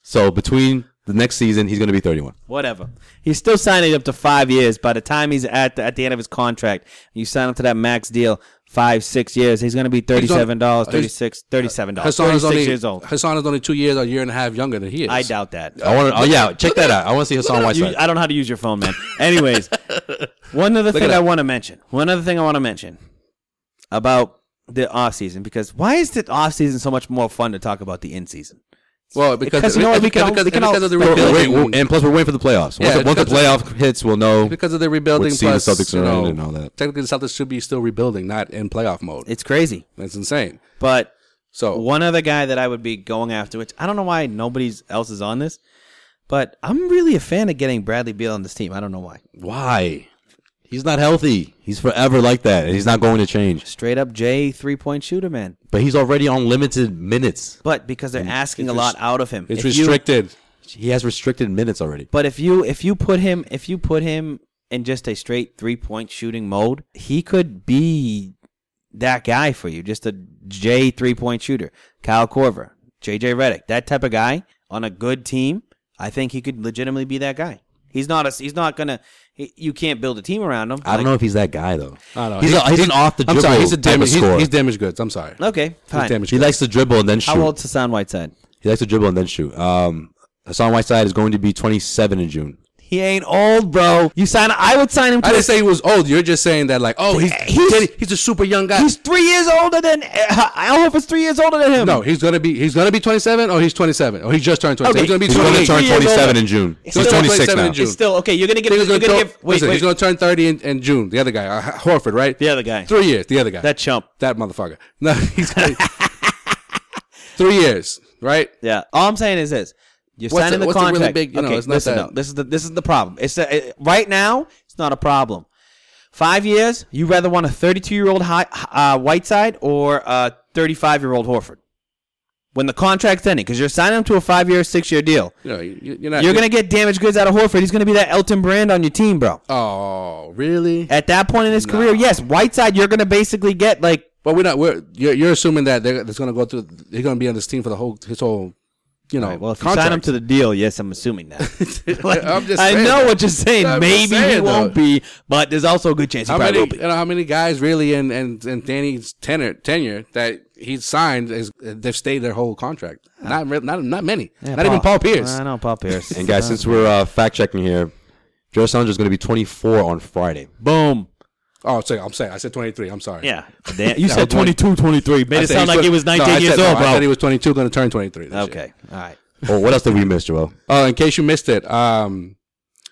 B: So between the next season, he's going to be 31.
D: Whatever. He's still signing up to five years. By the time he's at the, at the end of his contract, you sign up to that max deal, five, six years. He's going to be thirty-seven dollars,
C: he's-
D: thirty-six, thirty-seven dollars,
C: Hassan is
D: thirty-six
C: only
D: years old.
C: Hassan is only two years or a year and a half younger than he is.
D: I doubt that.
B: I want to. Oh yeah, check that out. I want to see Hassan
D: You-
B: Whiteside.
D: I don't know how to use your phone, man. Anyways, one other thing
C: at
D: I
C: that.
D: want to mention. One other thing I want to mention about the off season because why is the off season so much more fun to talk about the in season?
C: Well, because,
D: Because, you know what, we
C: because,
D: can all-
C: because,
D: we can
C: because
D: all-
C: of the
D: We're
B: We're
C: rebuilding,
B: waiting- and plus, we're waiting for the playoffs. Once,
C: Yeah,
B: the, once the
C: it's got
B: playoff hits, we'll know.
C: because of the rebuilding.
B: With seeing the
C: plus,
B: Celtics
C: you
B: are in
C: know,
B: and all that.
C: Technically, the Celtics should be still rebuilding, not in playoff mode.
D: It's crazy.
C: That's insane.
D: But
C: So
D: one other guy that I would be going after, which I don't know why nobody else is on this, but I'm really a fan of getting Bradley Beal on this team. I don't know why.
B: Why? He's not healthy. He's forever like that, and he's not going to change.
D: Straight up J three point shooter, man.
B: But he's already on limited minutes.
D: But because they're asking a lot out of him,
C: it's
D: If you-
C: restricted.
B: He has restricted minutes already.
D: But if you if you put him if you put him in just a straight three point shooting mode, he could be that guy for you. Just a J three point shooter, Kyle Corver, JJ Redick, that type of guy on a good team. I think he could legitimately be that guy. He's not a. He's not gonna. He, you can't build a team around him.
B: I don't know if he's that guy though.
C: I don't know.
B: He's, a, he's an off the
C: I'm
B: dribble
C: sorry. He's a
B: type of
C: damage. He's,
B: scorer.
C: he's damaged goods. I'm sorry.
D: know. Okay,
C: He's
D: fine.
C: damaged
B: he
C: goods.
B: likes to dribble and then shoot.
D: How old's Hassan Whiteside?
B: He likes to dribble and then shoot. Um, Hassan Whiteside is going to be 27 in June.
D: He ain't old, bro. You sign. I would sign him.
C: I
D: To
C: didn't say he was old. You're just saying that like, oh, he's
D: He's-
C: he's, he's a super young guy.
D: he's three years older than. I hope it's three years older than him.
C: no, he's gonna be he's gonna be 27 or he's 27 or he just turned 27.
D: Okay.
C: He's gonna be
B: He's going to
C: 28.
B: turn
D: He is
B: 27
D: older.
B: in June.
D: He's
B: He's
D: still
B: 26
C: 27
B: now.
C: in June.
D: It's still okay. You're gonna get.
C: He's gonna,
D: You're gonna
C: throw-
D: give. Wait,
C: listen,
D: wait.
C: he's gonna turn 30 in, in June. The other guy, uh, Horford, right?
D: The other guy.
C: Three years. The other guy.
D: That chump.
C: that motherfucker. [LAUGHS] No, he's
D: [LAUGHS]
C: gonna, three years, right?
D: Yeah. All I'm saying is this: you're
C: What's the-
D: signing the
C: what's the really
D: contract.
C: big- you know,
D: okay,
C: it's not
D: listen,
C: that-
D: though. this is the this is the problem. It's a, it- right now. It's not a problem. Five years. You rather want a 32 year old high, uh, Whiteside or a 35 year old Horford when the contract's ending because you're signing him to a five year, six year deal.
C: You know, you, you're not.
D: You're gonna get damaged goods out of Horford. He's gonna be that Elton Brand on your team, bro.
C: Oh, really?
D: At that point in his career, yes, Whiteside, you're gonna basically get like
C: But we're not. We're you're, you're assuming that they're that's gonna go through. They're gonna be on this team for the whole his whole. You know,
D: well, if you
C: contract.
D: sign him to the deal, yes, I'm assuming that.
C: [LAUGHS]
D: Like,
C: I'm just
D: I
C: saying
D: know
C: that.
D: what you're saying.
C: I'm just
D: Maybe he
C: saying,
D: won't
C: though.
D: be, but there's also a good chance he
C: how
D: probably
C: many,
D: will be.
C: you know, how many guys really in and and Danny's tenure tenure that he's signed is they've stayed their whole contract. Not re- not not many.
D: Yeah,
C: not even Paul Pierce.
D: I know
C: [LAUGHS]
D: Paul Pierce.
B: And guys, since we're uh, fact checking here, Joe Saunders is going to be 24 on Friday.
D: boom,
C: Oh, sorry, I'm saying I said 23. I'm sorry.
D: yeah,
C: [LAUGHS]
D: Damn, you
C: That
D: said
C: was one-
D: 22, 23. Made
C: I
D: it
C: said
D: sound like
C: twen-
D: he was
C: no,
D: 19
C: I said-
D: years
C: no,
D: old,
C: I said he
D: bro.
C: was 22, going to turn 23. this year.
D: Okay, all right.
B: Oh, what else did we miss, Joel?
C: Oh, in case you missed it, um,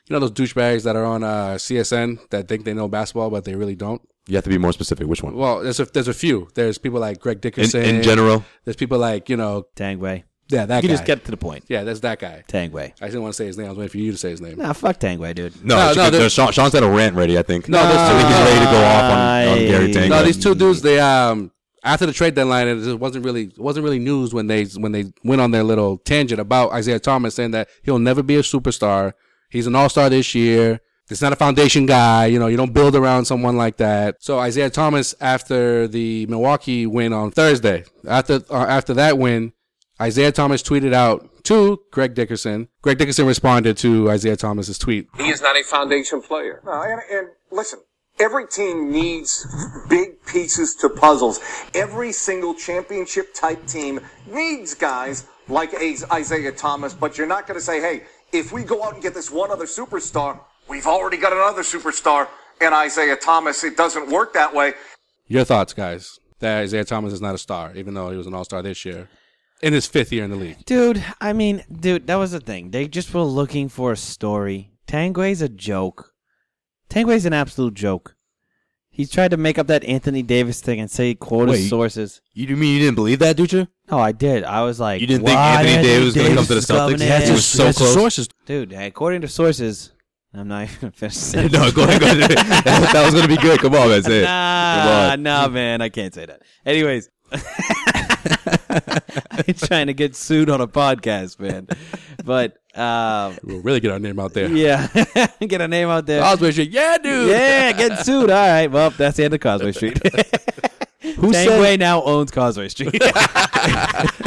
C: you know those douchebags that are on uh, CSN that think they know basketball but they really don't.
B: You have to be more specific. Which one?
C: Well, there's a, there's a few. There's people like Greg
B: In,
C: Dickerson.
B: in general,
C: there's people like you know,
D: Tang Way.
C: yeah, that
D: You
C: guy.
D: just get to the point.
C: yeah, that's that guy.
D: Tang Way.
C: I didn't want to say his name. I was waiting for you to say his name.
D: Nah, fuck Tang Way, dude.
B: no.
C: No,
B: it's
C: no,
B: good.
C: there's-
B: Sean, Sean's got a rant ready. I think.
C: No,
B: I think he's ready to go off on, on Gary Tango.
C: No, these two dudes. They um after the trade deadline, it just wasn't really it wasn't really news when they when they went on their little tangent about Isaiah Thomas saying that he'll never be a superstar. He's an all star this year. It's not a foundation guy. You know, you don't build around someone like that. So Isaiah Thomas, after the Milwaukee win on Thursday, after uh, after that win, Isaiah Thomas tweeted out to Greg Dickerson. Greg Dickerson responded to Isaiah Thomas's tweet.
E: He is not a foundation player.
F: No, and, and listen, every team needs big pieces to puzzles. Every single championship type team needs guys like Is- Isaiah Thomas, but you're not going to say, hey, if we go out and get this one other superstar, we've already got another superstar and Isaiah Thomas. It doesn't work that way.
C: Your thoughts, guys? That Isaiah Thomas is not a star, even though he was an All Star this year, in his fifth year in the league.
D: Dude, I mean, dude, that was the thing. They just were looking for a story. Tanguay's a joke. Tanguay's an absolute joke. He tried to make up that Anthony Davis thing and say quoted
B: Wait.
D: sources.
B: You do mean you didn't believe that, dude? You?
D: No, I did. I was like,
B: You didn't think
D: "Why
B: Anthony Davis was gonna come to the
D: is coming
B: Celtics? That's
D: in?"
B: just- so close.
C: Sources.
D: [LAUGHS] Dude, according to sources, I'm not even gonna finish
B: [LAUGHS]
D: saying
B: [LAUGHS] no, go ahead. Go ahead. that, that was going to be good. Come on, man. Say it.
D: Nah,
B: Come on.
D: nah, man, I can't say that. Anyways, [LAUGHS] I'm trying to get sued on a podcast, man. But um,
C: We'll really get our name out there.
D: yeah, [LAUGHS] get a name out there.
C: Oswald Street, yeah, dude.
D: Yeah, get sued. All right. Well, that's the end of
B: [LAUGHS]
D: Causeway Street. Who
B: said-
D: Tangway now owns Causeway Street.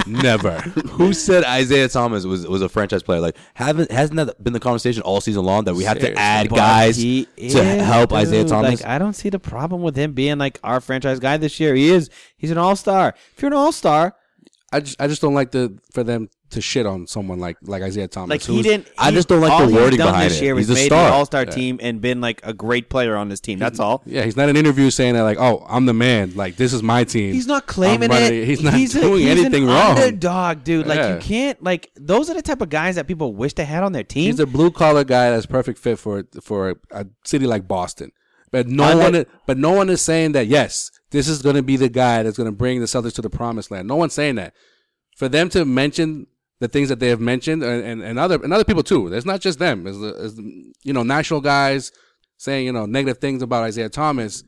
C: Never.
B: [LAUGHS] Who said Isaiah Thomas was, was a franchise player? Like, haven't hasn't that been the conversation all season long that we have to
C: Seriously.
B: add guys
D: He is,
B: to help Isaiah
D: dude.
B: Thomas?
D: Like, I don't see the problem with him being like our franchise guy this year. He is. He's an all star. If you're an all star,
C: I just, I just don't like the for them to shit on someone like like Isaiah Thomas.
D: like he
C: who's-
D: didn't.
B: I
D: he-
B: just don't like
D: all
B: the
D: he's
B: wording
D: done
B: behind
D: this
B: it.
D: year
B: He's
D: was
B: a
D: made
B: star.
D: an all star team and been like a great player on this team. That's all.
C: Yeah, he's not in interviews saying that like, oh, I'm the man. Like this is my team.
D: He's not claiming
C: I'm running
D: it.
C: He's not
D: a-
C: doing
D: he's
C: anything
D: an
C: wrong.
D: Underdog, dude. Like
C: Yeah.
D: you can't. Like those are the type of guys that people wish they had on their team.
C: He's a blue collar guy that's perfect fit for for a, a city like Boston. But no
D: I
C: one,
D: bet-
C: but no one is saying that. Yes, this is going to be the guy that's going to bring the Celtics to the promised land. No one's saying that. For them to mention the things that they have mentioned, and, and, and other and other people too. It's not just them. It's, the- it's the, you know national guys saying you know negative things about Isaiah Thomas.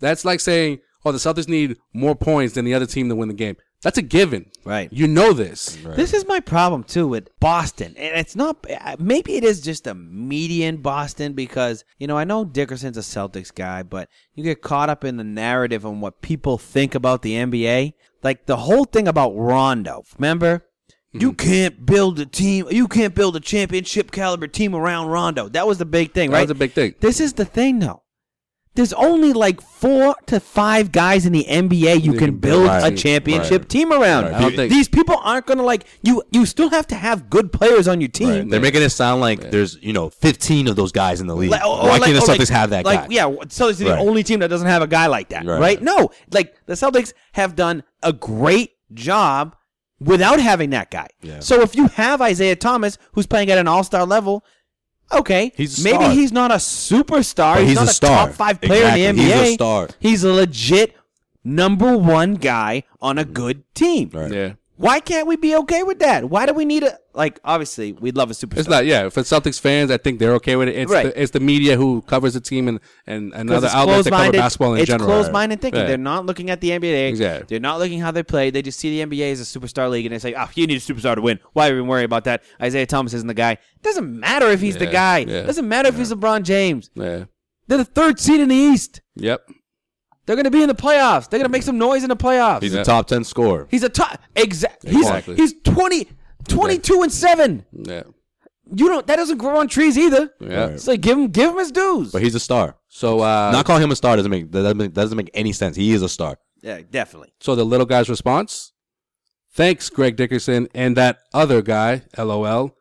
C: That's like saying, oh, the Celtics need more points than the other team to win the game. That's a given.
D: Right.
C: You know this.
D: This is my problem too with Boston, and it's not. Maybe it is just a median Boston because you know I know Dickerson's a Celtics guy, but you get caught up in the narrative and what people think about the NBA. Like the whole thing about Rondo. Remember, You
C: Mm-hmm.
D: can't build a team. You can't build a championship caliber team around Rondo. That was the big thing,
C: That
D: right?
C: was the big thing.
D: This is the thing, though. There's only like four to five guys in the NBA
C: You
D: you can
C: can
D: build
C: build
D: a
C: right,
D: championship
C: right.
D: team around.
C: Right. I don't think-
D: These people aren't gonna like you. You still have to have good players on your team.
B: They're making it sound like there's you know 15 of those guys in the league.
D: Like, or- or
B: Why
D: like-
B: can't the
D: or
B: Celtics
D: like-
B: have that
D: like,
B: guy?
D: Yeah, w- Celtics are the
B: Right.
D: only team that doesn't have a guy like that, right.
B: Right.
D: No, like the Celtics have done a great job without having that guy.
B: Yeah.
D: So if you have Isaiah Thomas, who's playing at an All Star level, okay,
B: He's a
D: maybe
B: star.
D: he's not a superstar.
B: But he's
D: not
B: a star.
D: top five player in the
B: Exactly.
D: NBA.
B: He's a star.
D: He's a legit number one guy on a good team.
B: Mm-hmm. Right.
C: Yeah.
D: Why can't we be okay with that? Why do we need a like? Obviously, we'd love a superstar.
C: It's not, yeah. For Celtics fans, I think they're okay with it. It's,
D: Right.
C: the, it's the media who covers the team and, and
D: Because
C: another outlet
D: it's
C: that cover
D: closed-minded-
C: basketball in
D: it's
C: general.
D: closed-minded thinking.
C: Yeah.
D: They're not looking at the NBA.
C: Exactly.
D: They're not looking how they play. They just see the NBA as a superstar league, and they say, "Oh, you need a superstar to win. Why even worry about that? Isaiah Thomas isn't the guy. Doesn't matter if he's the
C: Yeah,
D: guy.
C: yeah,
D: Doesn't matter if he's LeBron James.
C: Yeah.
D: They're the third seed in the East.
C: Yep.
D: They're going to be in the playoffs. They're going to make some noise in the playoffs.
B: He's a top 10 scorer.
D: He's a top. Exactly.
C: Exactly.
D: He's, he's 20, 22 and seven.
C: Yeah.
D: You don't. That doesn't grow on trees either.
C: Yeah.
D: It's like give him, give him his dues.
B: But he's a star.
C: So, uh,
B: Not calling him a star doesn't make that doesn't make, doesn't make any sense. He is a star.
D: yeah, definitely.
C: so the little guy's response thanks, Greg Dickerson and that other guy, LOL.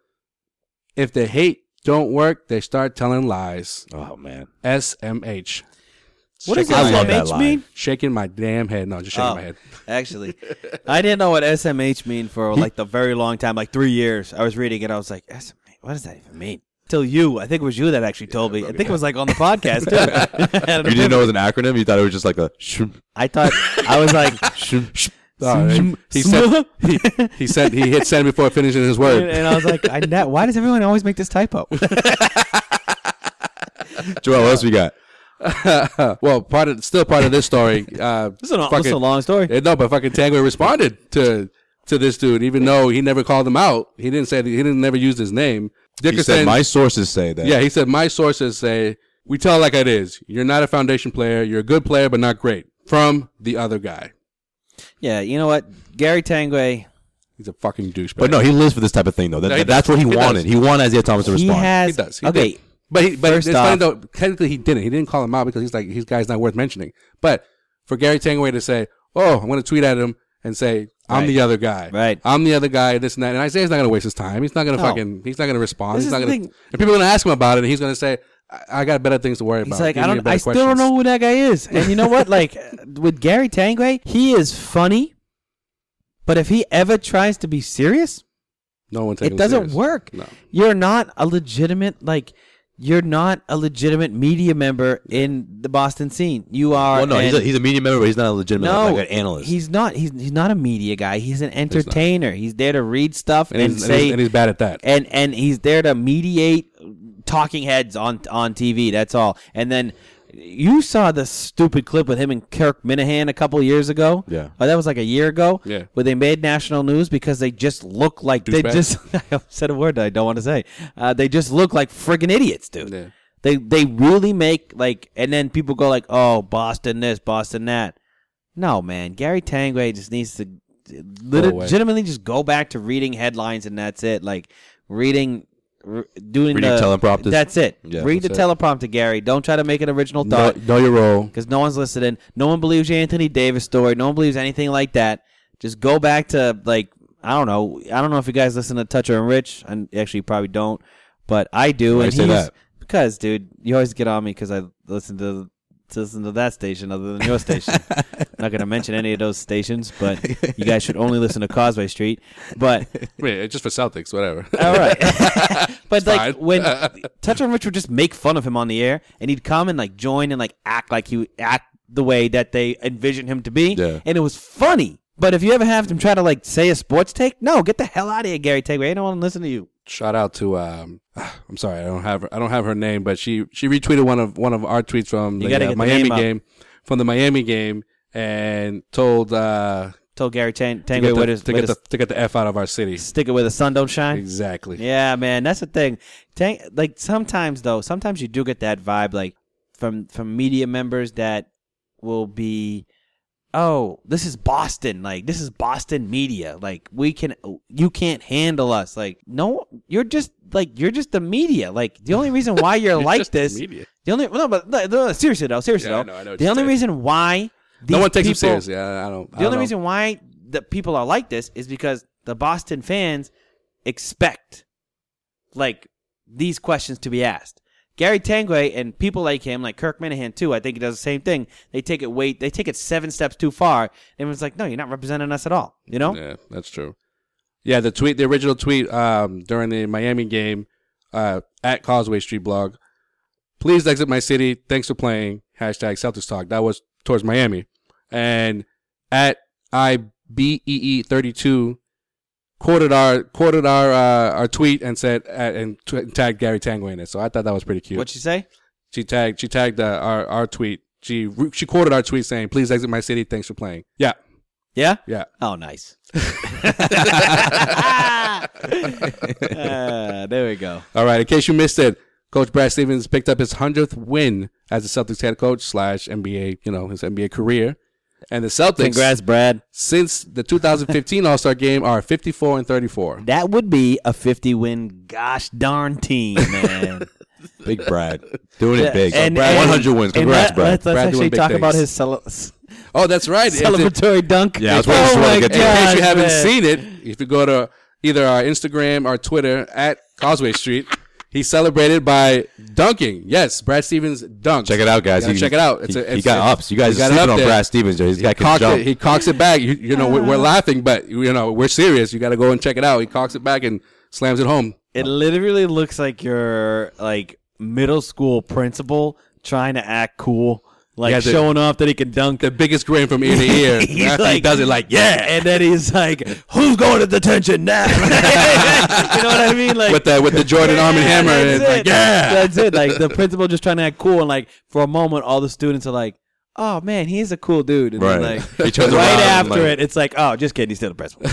C: If the hate don't work, they start telling lies.
B: Oh man.
C: SMH.
D: What does
C: Shaking my head.
D: SMH mean?
C: Shaking my damn head. No, just shaking
D: Oh,
C: my head. [LAUGHS]
D: Actually, I didn't know what SMH mean for like the very long time, like three years. I was reading it. I was like, SMH, what does that even mean? Till you, I think it was you that actually told me. I think it was like on the
C: [LAUGHS]
D: podcast too. [LAUGHS] I had
B: You didn't
D: an
B: know it
D: epiphany.
B: was an acronym. You thought it was just like a. shroom,
C: [LAUGHS]
D: I thought I was
B: [LAUGHS]
D: like, [LAUGHS]
B: shroom, Uh, shroom.
C: Sorry. He said he, he said he hit send before finishing
B: [LAUGHS]
C: his word.
D: and I was like, I ne- why does everyone always make this typo? [LAUGHS]
B: Joel, what else we got?
C: well, part of still part of
B: [LAUGHS]
C: this story. Uh,
D: This is, an, this is a long story.
C: Eh, No, but fucking Tanguay responded to to this dude, even though he never called him out. He didn't say that, he didn't never used his name.
B: He said my sources say that.
C: yeah, he said my sources say we tell it like it is. You're not a foundation player. You're a good player, but not great. From the other guy,
D: Yeah, you know what, Gary Tanguay,
C: he's a fucking douchebag.
B: But no, he lives for this type of thing though. That,
C: No, he
B: that's
C: does.
B: what he,
C: He does.
B: wanted. He wanted Isaiah Thomas to
D: he
B: respond.
D: has
C: he does. He
D: okay.
C: did. But he, but
D: First
C: it's funny
D: off-
C: though. Technically, he didn't. He didn't call him out because he's like his guy's not worth mentioning. But for Gary Tangway to say, "Oh, I'm going to tweet at him and say I'm
D: Right.
C: the other guy.
D: Right.
C: I'm the other guy. This and that." And Isaiah's not going to waste his time. He's not going to
D: No.
C: fucking. He's not going to respond.
D: This
C: he's not
D: is the
C: going to.
D: thing.
C: And people are going to ask him about it. and He's going to say, I, "I got better things to worry about."
D: He's like,
C: Give
D: I
C: me
D: don't,
C: better
D: I still don't
C: questions."
D: know who that guy is. And you know what? Like [LAUGHS] with Gary Tangway, he is funny, but if he ever tries to be serious,
C: No one.
D: it doesn't work.
C: No.
D: You're not a legitimate like. You're not a legitimate media member in the Boston scene. You are.
B: well, no, he's
D: an-
B: a, he's a media member, but he's not a legitimate
D: no,
B: like an analyst.
D: He's not. He's he's not a media guy. He's an entertainer. He's there to read stuff and,
C: And, he's, and,
D: say
C: he's, and he's bad at that.
D: and and he's there to mediate talking heads on on TV. That's all. And then you saw the stupid clip with him and Kirk Minahan a couple years ago.
B: Yeah.
D: oh, that was like a year ago.
C: Yeah.
D: where they made national news because they just look like they
C: Douchebags.
D: just [LAUGHS] I said a word that I don't want to say. Uh, they just look like friggin' idiots, dude.
C: Yeah.
D: They they really make like, and then people go like, oh, Boston this, Boston that. No, man. Gary Tangway just needs to lit-
C: away.
D: legitimately just go back to reading headlines and that's it. Like reading, r doing
B: Reading
D: the
B: teleprompters.
D: That's it.
B: Yeah,
D: Read
C: that's
D: the
C: it.
D: teleprompter, Gary. Don't try to make an original
C: Know,
D: thought
C: know your role.
D: because no one's listening. No one believes your Anthony Davis story. No one believes anything like that. Just go back to like I don't know. I don't know if you guys listen to Toucher and Rich, and actually you probably don't, but I do.
B: Why
D: and
B: you say
D: he's-
B: that?
D: because, dude, you always get on me because I listen to to listen to that station other than your
B: [LAUGHS]
D: station. I'm not gonna mention any of those stations, but you guys should only listen to Causeway Street. But
C: Wait, just for Celtics, [LAUGHS] whatever.
D: all right. but
C: fine.
D: like
C: [LAUGHS]
D: when Touch on Rich would just make fun of him on the air, and he'd come and like join and like act like he would act the way that they envisioned him to be,
B: Yeah.
D: and it was funny. But if you ever have him try to like say a sports take, no, get the hell out of here, Gary Takeaway. I don't want to listen to you.
C: shout out to um [SIGHS] I'm sorry, I don't have her, I don't have her name, but she she retweeted one of one of our tweets from the
D: gotta
C: uh,
D: get the
C: Miami
D: name up.
C: game from the Miami game and told uh
D: Tell Gary Tang-
C: to get,
D: Tangway
C: the,
D: where to,
C: to,
D: where
C: get
D: to
C: the, to get the f out of our city.
D: stick it where the sun don't shine.
C: Exactly.
D: Yeah, man, that's the thing. Tang- like sometimes though, sometimes you do get that vibe like from from media members that will be oh, this is Boston. Like, this is Boston media. Like, we can, you can't handle us. Like, no, you're just, like, you're just the media. Like, the only
C: [LAUGHS]
D: reason why you're,
C: You're
D: like
C: just the
D: this,
C: media.
D: the only, no, but no, no, seriously though, seriously
C: Yeah, I
D: though,
C: know, I know what
D: the
C: you're
D: only
C: saying.
D: reason why
C: No
D: these
C: one takes him
D: people-
C: seriously. I, I don't. I
D: the only
C: don't know.
D: reason why the people are like this is because the Boston fans expect like these questions to be asked. Gary Tanguay and people like him, like Kirk Minahan too, I think he does the same thing. They take it way they take it seven steps too far. And everyone's like, no, you're not representing us at all. You know?
C: Yeah, that's true. Yeah, the tweet, the original tweet um, during the Miami game uh, at Causeway Street blog. Please exit my city. Thanks for playing. Hashtag Celtics talk. That was towards Miami. And at IBEE32 E quoted our quoted our uh, our tweet and said uh, and t- tagged Gary Tangway in it. So I thought that was pretty cute.
D: What'd you say?
C: She tagged she tagged uh, our our tweet. She re- she quoted our tweet saying, "Please exit my city. Thanks for playing." Yeah,
D: Yeah?
C: yeah.
D: Oh nice. [LAUGHS] Ah, there we go.
C: All right. In case you missed it, Coach Brad Stevens picked up his hundredth win as the Celtics head coach slash NBA, you know, his NBA career. And the Celtics,
D: Congrats, Brad.
C: since the 2015 All Star Game, are 54 and 34.
D: That would be a fifty win gosh darn team,
C: [LAUGHS]
D: man. [LAUGHS]
B: Big Brad. Doing it big.
D: And-
B: Brad,
D: and-
B: 100 wins.
D: and
B: Congrats,
D: let-
B: Brad.
D: Let's, let's
C: Brad doing
D: actually
C: big
D: talk
C: things.
D: about his cele- s-
C: Oh, that's right. It's in-
D: celebratory dunk. Oh
B: Yeah, I was waiting for
D: my
B: it to get there.
C: in case
D: gosh,
C: you haven't
D: man.
C: seen it, if you go to either our Instagram or Twitter at Causeway Street, he celebrated by dunking. Yes, Brad Stevens dunked.
B: Check it out, guys.
C: You gotta
B: He-
C: check it out.
B: he- he got ups. You guys
C: he got
B: are
C: it
B: sleeping
C: up
B: on
C: there.
B: Brad Stevens. This
C: He
B: guy can
C: cocks
B: jump.
C: It, he cocks it back. You, you know, we're, we're
D: Uh.
C: laughing, but you know, we're serious. You got to go and check it out. He cocks it back and slams it home.
D: It literally looks like your like middle school principal trying to act cool, like
C: Yeah, the-
D: showing off that he can dunk.
C: The biggest grin from
D: [LAUGHS]
C: ear to ear.
D: He's
C: After [LAUGHS] he
D: like-
C: does it like, yeah.
D: and then he's like, "Who's going to detention now?" you know what I mean? Like
C: with the with
D: [LAUGHS]
C: the Jordan Arm and Hammer,
D: that's
C: and it's like,
D: it.
C: yeah.
D: that's it. Like the principal just trying to act cool, and like for a moment, all the students are like, "Oh man, he is a cool dude." And then,
B: Right. [LAUGHS]
D: like,
B: He turns around
D: right
B: and,
D: after
B: like-
D: it, it's like, "Oh, just kidding, he's still the principal."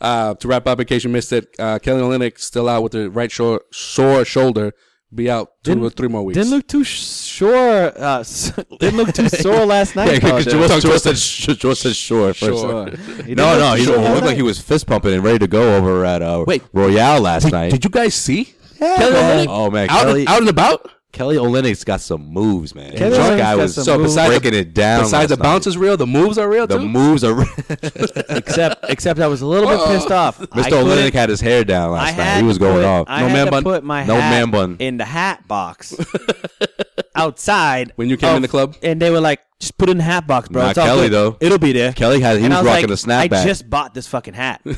C: Uh, to wrap up, in case you missed it, uh, Kelly Olynyk still out with the right shor- sore shoulder. Be out 2
D: Didn't-
C: or three more weeks.
D: didn't look too sure. Uh, s- [LAUGHS] didn't
B: [LAUGHS]
D: look too sore last night.
B: Yeah,
D: though,
B: because Joel, Joel said, sh- Joel said sure. First.
C: Sure.
B: No,
D: He did
B: no,
D: look
B: he
D: sure
B: looked
D: last
B: like he
D: night.
B: was fist pumping and ready to go over at uh,
C: Wait.
B: Royale last night.
C: you guys see?
B: Kelly Olynyk? Oh man,
C: out,
B: Kelly,
C: out and about.
B: Kelly Olynyk's got some moves, man.
D: Kelly
B: that
D: Olynyk's
B: guy
D: got
B: was
D: some
B: so
D: moves.
B: besides breaking it down.
C: Besides the
B: last night.
C: bounce is real, the moves are real
B: the
C: too.
B: moves are.
D: except except I was a little bit
B: [LAUGHS]
D: pissed off. I
B: Mr. Olenek
D: couldn't-
B: had his hair down
D: I
B: last
D: had
B: night. He was
D: to
B: going
D: put,
B: off.
D: I
B: no
D: had
B: man
D: to
B: bun.
D: Put my
B: no
D: hat
B: man bun.
D: in the
B: [LAUGHS]
D: hat box outside
C: When you came in the club?
D: and they were like, "Just put it in the hat box, bro."
B: Not
D: It's all
B: Kelly,
D: good.
B: though.
D: It'll be there.
B: Kelly had. He
D: and I
B: was
D: was
B: rocking
D: like,
B: the snapback.
D: I just bought this fucking hat.
B: [LAUGHS]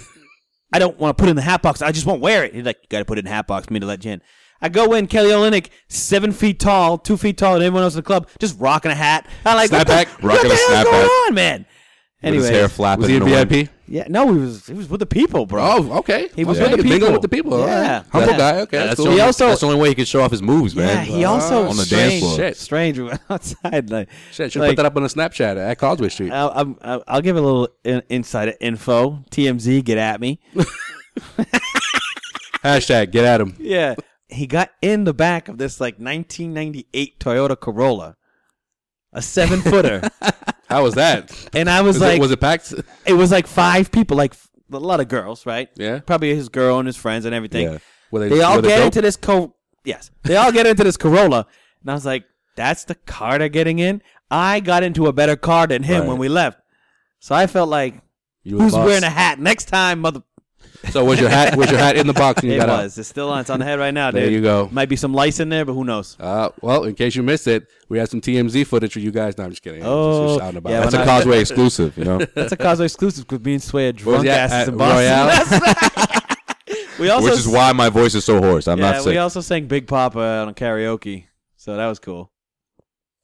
D: I don't want to put it in the hat box. I just won't wear it. He's like, you got to put it in the hat box for me to let you in. I go in, Kelly Olynyk, seven feet tall, two feet taller than everyone else in the club, just rocking a hat. I like what the-
B: Snapback,
D: What
B: rocking
D: the
B: a
D: hell's
B: snapback.
D: going on, man?
B: with
D: Anyway,
B: his hair flapping.
C: was he a
B: in the wind.
C: VIP?
D: yeah, no, he was he was with the people, bro.
C: Oh, okay.
D: He was
C: Okay.
D: with the
C: Mingle
D: people.
C: with the people. all
D: Yeah.
C: right. Humble
D: Yeah.
C: guy. Okay.
B: Yeah,
C: that's
B: that's,
C: cool.
B: the only,
D: He also-
B: that's the only way he could show off his moves,
D: yeah,
B: man.
D: he also
B: on the dance floor.
C: Shit.
D: Strange, [LAUGHS] outside like
C: Shit, should
D: like, Uh,
C: put that up on a Snapchat at Causeway Street.
D: I'll, I'm- I'll, I'll give a little in, insider info. TMZ, get at me.
C: Hashtag get at him.
D: Yeah. He got in the back of this like 1998 Toyota Corolla, a
C: [LAUGHS]
D: seven footer.
C: How was
D: [LAUGHS]
C: that?
D: and I was
C: Was,
D: like,
C: it, was it packed?
D: it was like five people, like f- a lot of girls, right?
C: Yeah.
D: Probably his girl and his friends and everything.
B: Yeah.
C: Were
D: They all
C: were
D: get
C: dope?
D: into this co. Yes. They all get into this Corolla. And I was like, that's the car they're getting in. I got into a better car than him
B: Right.
D: when we left. So I felt like,
C: You
D: who's
C: lost.
D: wearing a hat next time, mother?
C: So was your hat? Was your hat in the box? And you
D: [LAUGHS] It
C: got out?
D: was. It's still on. It's on the head right now,
C: There
D: dude.
C: you go.
D: Might be some lice in there, but who knows?
C: Uh, well, in case you missed it, we have some TMZ footage for you guys. No, I'm just kidding. It's
D: Oh,
C: just out and about.
D: yeah,
C: That's
B: That's
D: when
B: a
D: I-
C: [LAUGHS]
B: Causeway exclusive, you know.
D: That's a Cosmo exclusive because me and Sway are
C: was
D: drunk
C: he at- at
D: asses in Boston.
C: Royale?
D: [LAUGHS] That's- we also
B: Which is why my voice is so hoarse. I'm
D: yeah,
B: not
D: we
B: sick.
D: also sang Big Papa on karaoke, so that was cool.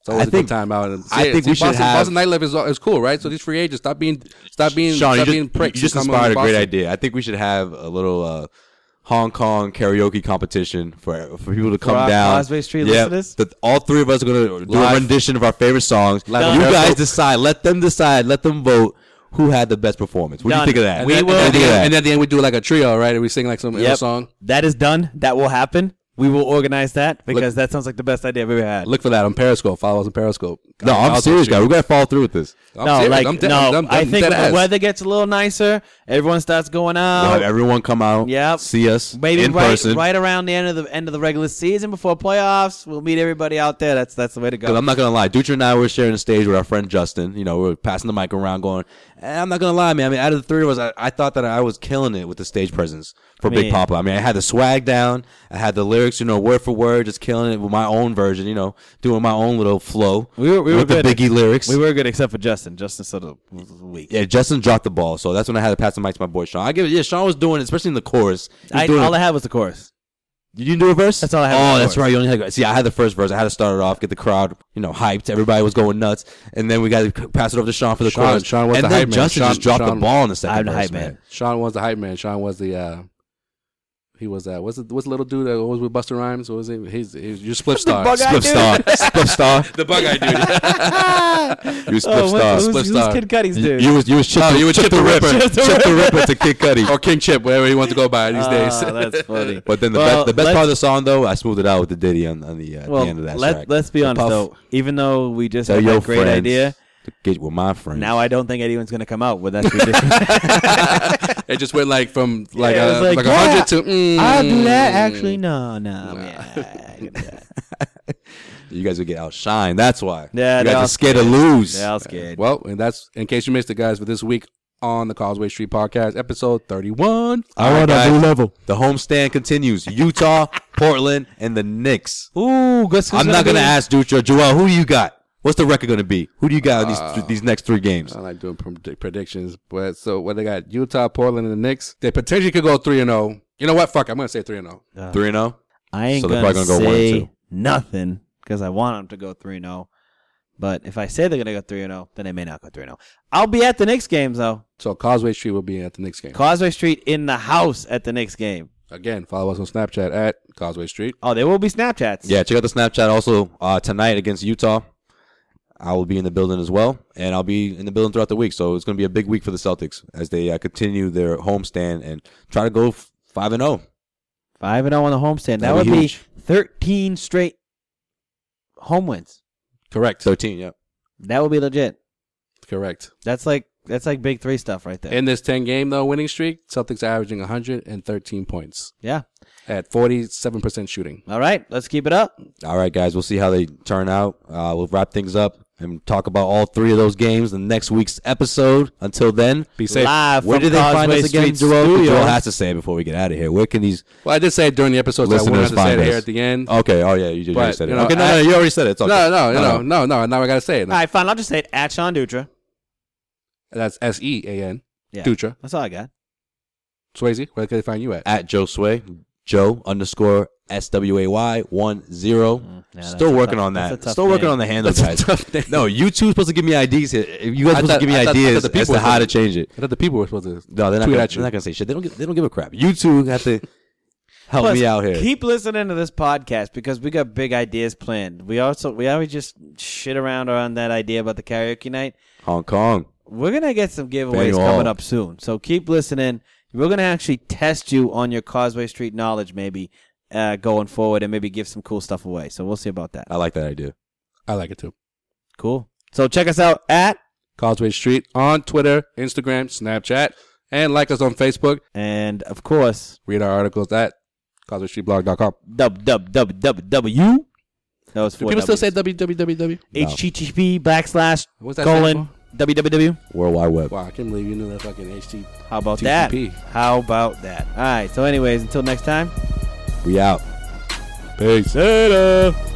C: it's always
B: I
C: a
B: think-
C: good time out.
B: I
C: See,
B: think
C: see,
B: we should
C: Boston,
B: have-
C: Boston nightlife is, is cool, right? So these free agents stop being stop being
B: Sean, you
C: stop
B: just,
C: being pricks.
B: you just
C: and come
B: inspired a
C: over to
B: great
C: Boston.
B: idea. I think we should have a little uh, Hong Kong karaoke competition for for people to come
D: our
B: down.
D: Causeway Street listeners?
B: that all three of us are gonna do
C: Live.
B: a rendition of our favorite songs.
C: Live.
B: You
C: Done.
B: guys decide. Let them decide. Let them vote who had the best performance. What do you
D: Done.
B: think of that?
C: And
D: We
C: then-
D: will-
C: And at, the
B: do
C: end,
B: that.
C: and at the end, we do like a trio, right? And we sing like some ill song.
D: That is done. That will happen. We will organize that because that sounds like the best idea I've ever had.
C: Look for that on Periscope. Follow us on Periscope.
B: No, I'm
C: Cosway
B: serious,
C: Street.
B: guy. We're gonna follow through with this.
C: I'm
D: no,
C: serious.
D: like
C: I'm dead-
D: no,
C: I'm- I'm-
D: I
C: I'm
D: think
C: dead
D: when
C: ass.
D: the weather gets a little nicer, everyone starts going
B: We'll
C: Uh,
B: have
D: out.
B: everyone come out.
D: Yep.
B: See us.
D: Maybe
B: in
D: right
B: person.
D: right around the end of the end of the regular season before playoffs, we'll meet everybody out there. That's that's the way to
B: Because
D: go.
B: I'm not gonna lie, Dutra and I were sharing the stage with our friend Justin. You know, we were passing the mic around, going. And I'm not gonna lie, man. I mean, out of the three of us, I, I thought that I was killing it with the stage presence for Big
D: mean-
B: Papa. I mean, I had the swag down, I had the lyrics, you know, word for word, just killing it with my own version. You know, doing my own little flow.
D: We were- we were
B: with
D: good
B: the
D: at-
B: Biggie lyrics.
D: We were good except for Justin. Justin sort of was weak.
B: Yeah, Justin dropped the ball, so that's when I had to pass the mic to my boy Sean. I give it. Yeah, Sean was doing, it, especially in the chorus. He was
D: I,
B: doing
D: all
B: it-
D: I had was the chorus.
B: you didn't do a verse.
D: That's all I had was
B: Oh,
D: the
B: that's
D: chorus.
B: right. You only had. See, I had the first verse. I had to start it off, get the crowd, you know, hyped. Everybody was going nuts, and then we got to pass it over to Sean for the
C: Sean-
B: chorus.
C: Sean was
B: and
C: the
B: then
C: hype man.
B: Justin
C: Sean-
B: just dropped
C: Sean-
B: the ball in the 2nd
D: I'm the
B: verse,
D: hype
B: man.
D: man.
C: Sean was the hype man. Sean was the uh he was that what's the what's the little dude that was with Buster Rhymes? What was he? He's, he's your split star.
B: Spliff star,
D: [LAUGHS]
B: spliff star.
C: the bug eye dude.
B: [LAUGHS] You was spliff star. Spliff
D: who's, Oh, who's
B: star.
D: Kid Cudi's
B: You,
D: dude?
B: you was you was Chip, you was Chip, the Ripper, Chip the Ripper, to Kid Cudi.
C: or King Chip, whatever he wants to go by these days.
D: Oh, that's
B: [LAUGHS]
D: funny.
B: But then the
D: Well,
B: best, the best
D: let's-
B: part of the song though, I smoothed it out with the Diddy on, on the, uh,
D: Well,
B: the end of that
D: let,
B: track.
D: let's be
B: The
D: honest
B: Puff,
D: though. Even though we just
B: Tell
D: had
B: your
D: that great
B: friends
D: idea,
B: to Get with my friends.
D: now I don't think anyone's going to come out
B: [LAUGHS]
D: with that. ridiculous.
C: it just went like [LAUGHS] from like
D: Yeah, it
C: a,
D: was like,
C: like, a
D: yeah,
C: hundred to mm,
D: I'll [LAUGHS] do that. Actually, no, no.
B: [LAUGHS]
D: man.
B: You guys would get outshined. That's why.
D: Yeah,
B: you
D: they're
B: guys
D: all
B: are scared to lose.
D: Yeah, I was scared.
C: Well, and that's in case you missed it, guys, for this week on the Causeway Street Podcast, episode thirty one.
B: All right, guys. The homestand continues. Utah, [LAUGHS] Portland, and the Knicks.
D: Ooh, guess who's
B: I'm not
D: be-
B: gonna ask Dutra or Joel. Who do you got? What's the record gonna be? Who do you got on
D: Uh,
B: these these next three games?
C: I like doing predict- predictions, but so what they got? Utah, Portland, and the Knicks. They potentially could go three and zero. You know what? Fuck, it, I'm gonna say three and oh. zero.
B: Three and oh? zero.
D: I ain't
B: So they're
D: gonna,
B: probably gonna go one and
D: say
B: two.
D: nothing because I want them to go three and zero. But if I say they're gonna go three and zero, then they may not go three and zero. I'll be at the Knicks game though.
C: So Causeway Street will be at the Knicks game
D: Causeway Street in the house at the Knicks game.
C: again. Follow us on Snapchat at Causeway Street.
D: Oh, there will be Snapchats.
B: Yeah, check out the Snapchat also uh, tonight against Utah. I will be in the building as well, and I'll be in the building throughout the week. So it's gonna be a big week for the Celtics as they uh, continue their homestand and try to go f- five and oh. zero.
D: Five and zero on the homestand. That
B: That'd
D: would
B: be
D: be
B: huge.
D: thirteen straight home wins.
C: Correct.
B: Thirteen. Yeah.
D: That would be legit.
C: Correct.
D: That's like that's like big three stuff right there.
C: In this 10 game though winning streak, Celtics are averaging 113 points
D: yeah.
C: at 47% shooting.
D: All right, let's keep it up.
B: All right, guys. We'll see how they turn out. Uh, we'll wrap things up and talk about all three of those games in next week's episode. Until then,
C: Be safe.
D: Live
B: where
D: from
B: do they find
D: Causeway
B: us again,
D: Street
B: Joel?
D: Studios.
B: Joel has to say it before we get out of here. Where can these
C: Well, I did say it during the episode, so I wouldn't
B: listeners
C: have to say
B: find
C: it
B: us?
C: here at the end.
B: Okay. Oh yeah, you just
C: But,
B: said it.
C: you know,
B: okay. No,
C: I-
B: no, you already said it. It's okay. Uh,
C: No, no, no, no, no, Now I gotta say it.
D: All right, fine. I'll just say it at Sean Dutra.
C: That's S E A N.
D: Yeah.
C: Dutra.
D: That's all I got.
C: Swayze, where can they find you at?
B: At Joe Sway, Joe underscore S W A Y one zero.
D: Mm, yeah, that's
B: Still
D: a
B: working
D: tough-
B: on
D: that's a
B: that.
D: tough
B: Still working
D: name.
B: on the handle,
C: That's a
B: guys.
C: tough name.
B: No, you two supposed to give me ideas. here. You guys
C: I
B: supposed
C: thought-
B: to give me
C: I thought- I thought
B: ideas
C: the people
B: as to
C: were
B: how to
C: supposed to-
B: change it.
C: I thought the people were supposed to
B: No, they're not,
C: tweet
B: gonna,
C: at you.
B: they're not gonna say shit. They don't. Give, they don't give a crap. You two have to help
D: Plus,
B: me out here.
D: Keep listening to this podcast because we got big ideas planned. We also we always just shit around around that idea about the karaoke night.
B: Hong Kong.
D: We're gonna get some giveaways
B: Venue
D: coming
B: all.
D: up soon, so keep listening. We're gonna actually test you on your Causeway Street knowledge, maybe uh, going forward, and maybe give some cool stuff away. So we'll see about that.
B: I like that idea.
C: [LAUGHS] I like it too.
D: Cool. So check us out at
C: Causeway Street on Twitter, Instagram, Snapchat, and like us on Facebook.
D: and of course
C: Read our articles at causewaystreetblog.com.
D: www. That was
C: Do
D: four
C: people still
D: Ws.
C: say www?
D: http backslash
C: What's that
D: colon
C: stand
D: www.
B: World Wide Web.
C: Wow, I can't believe you knew that fucking HT.
D: How about
C: TCP.
D: that? How about that? All right. So, anyways, until next time.
B: We out.
C: Peace.
D: Later.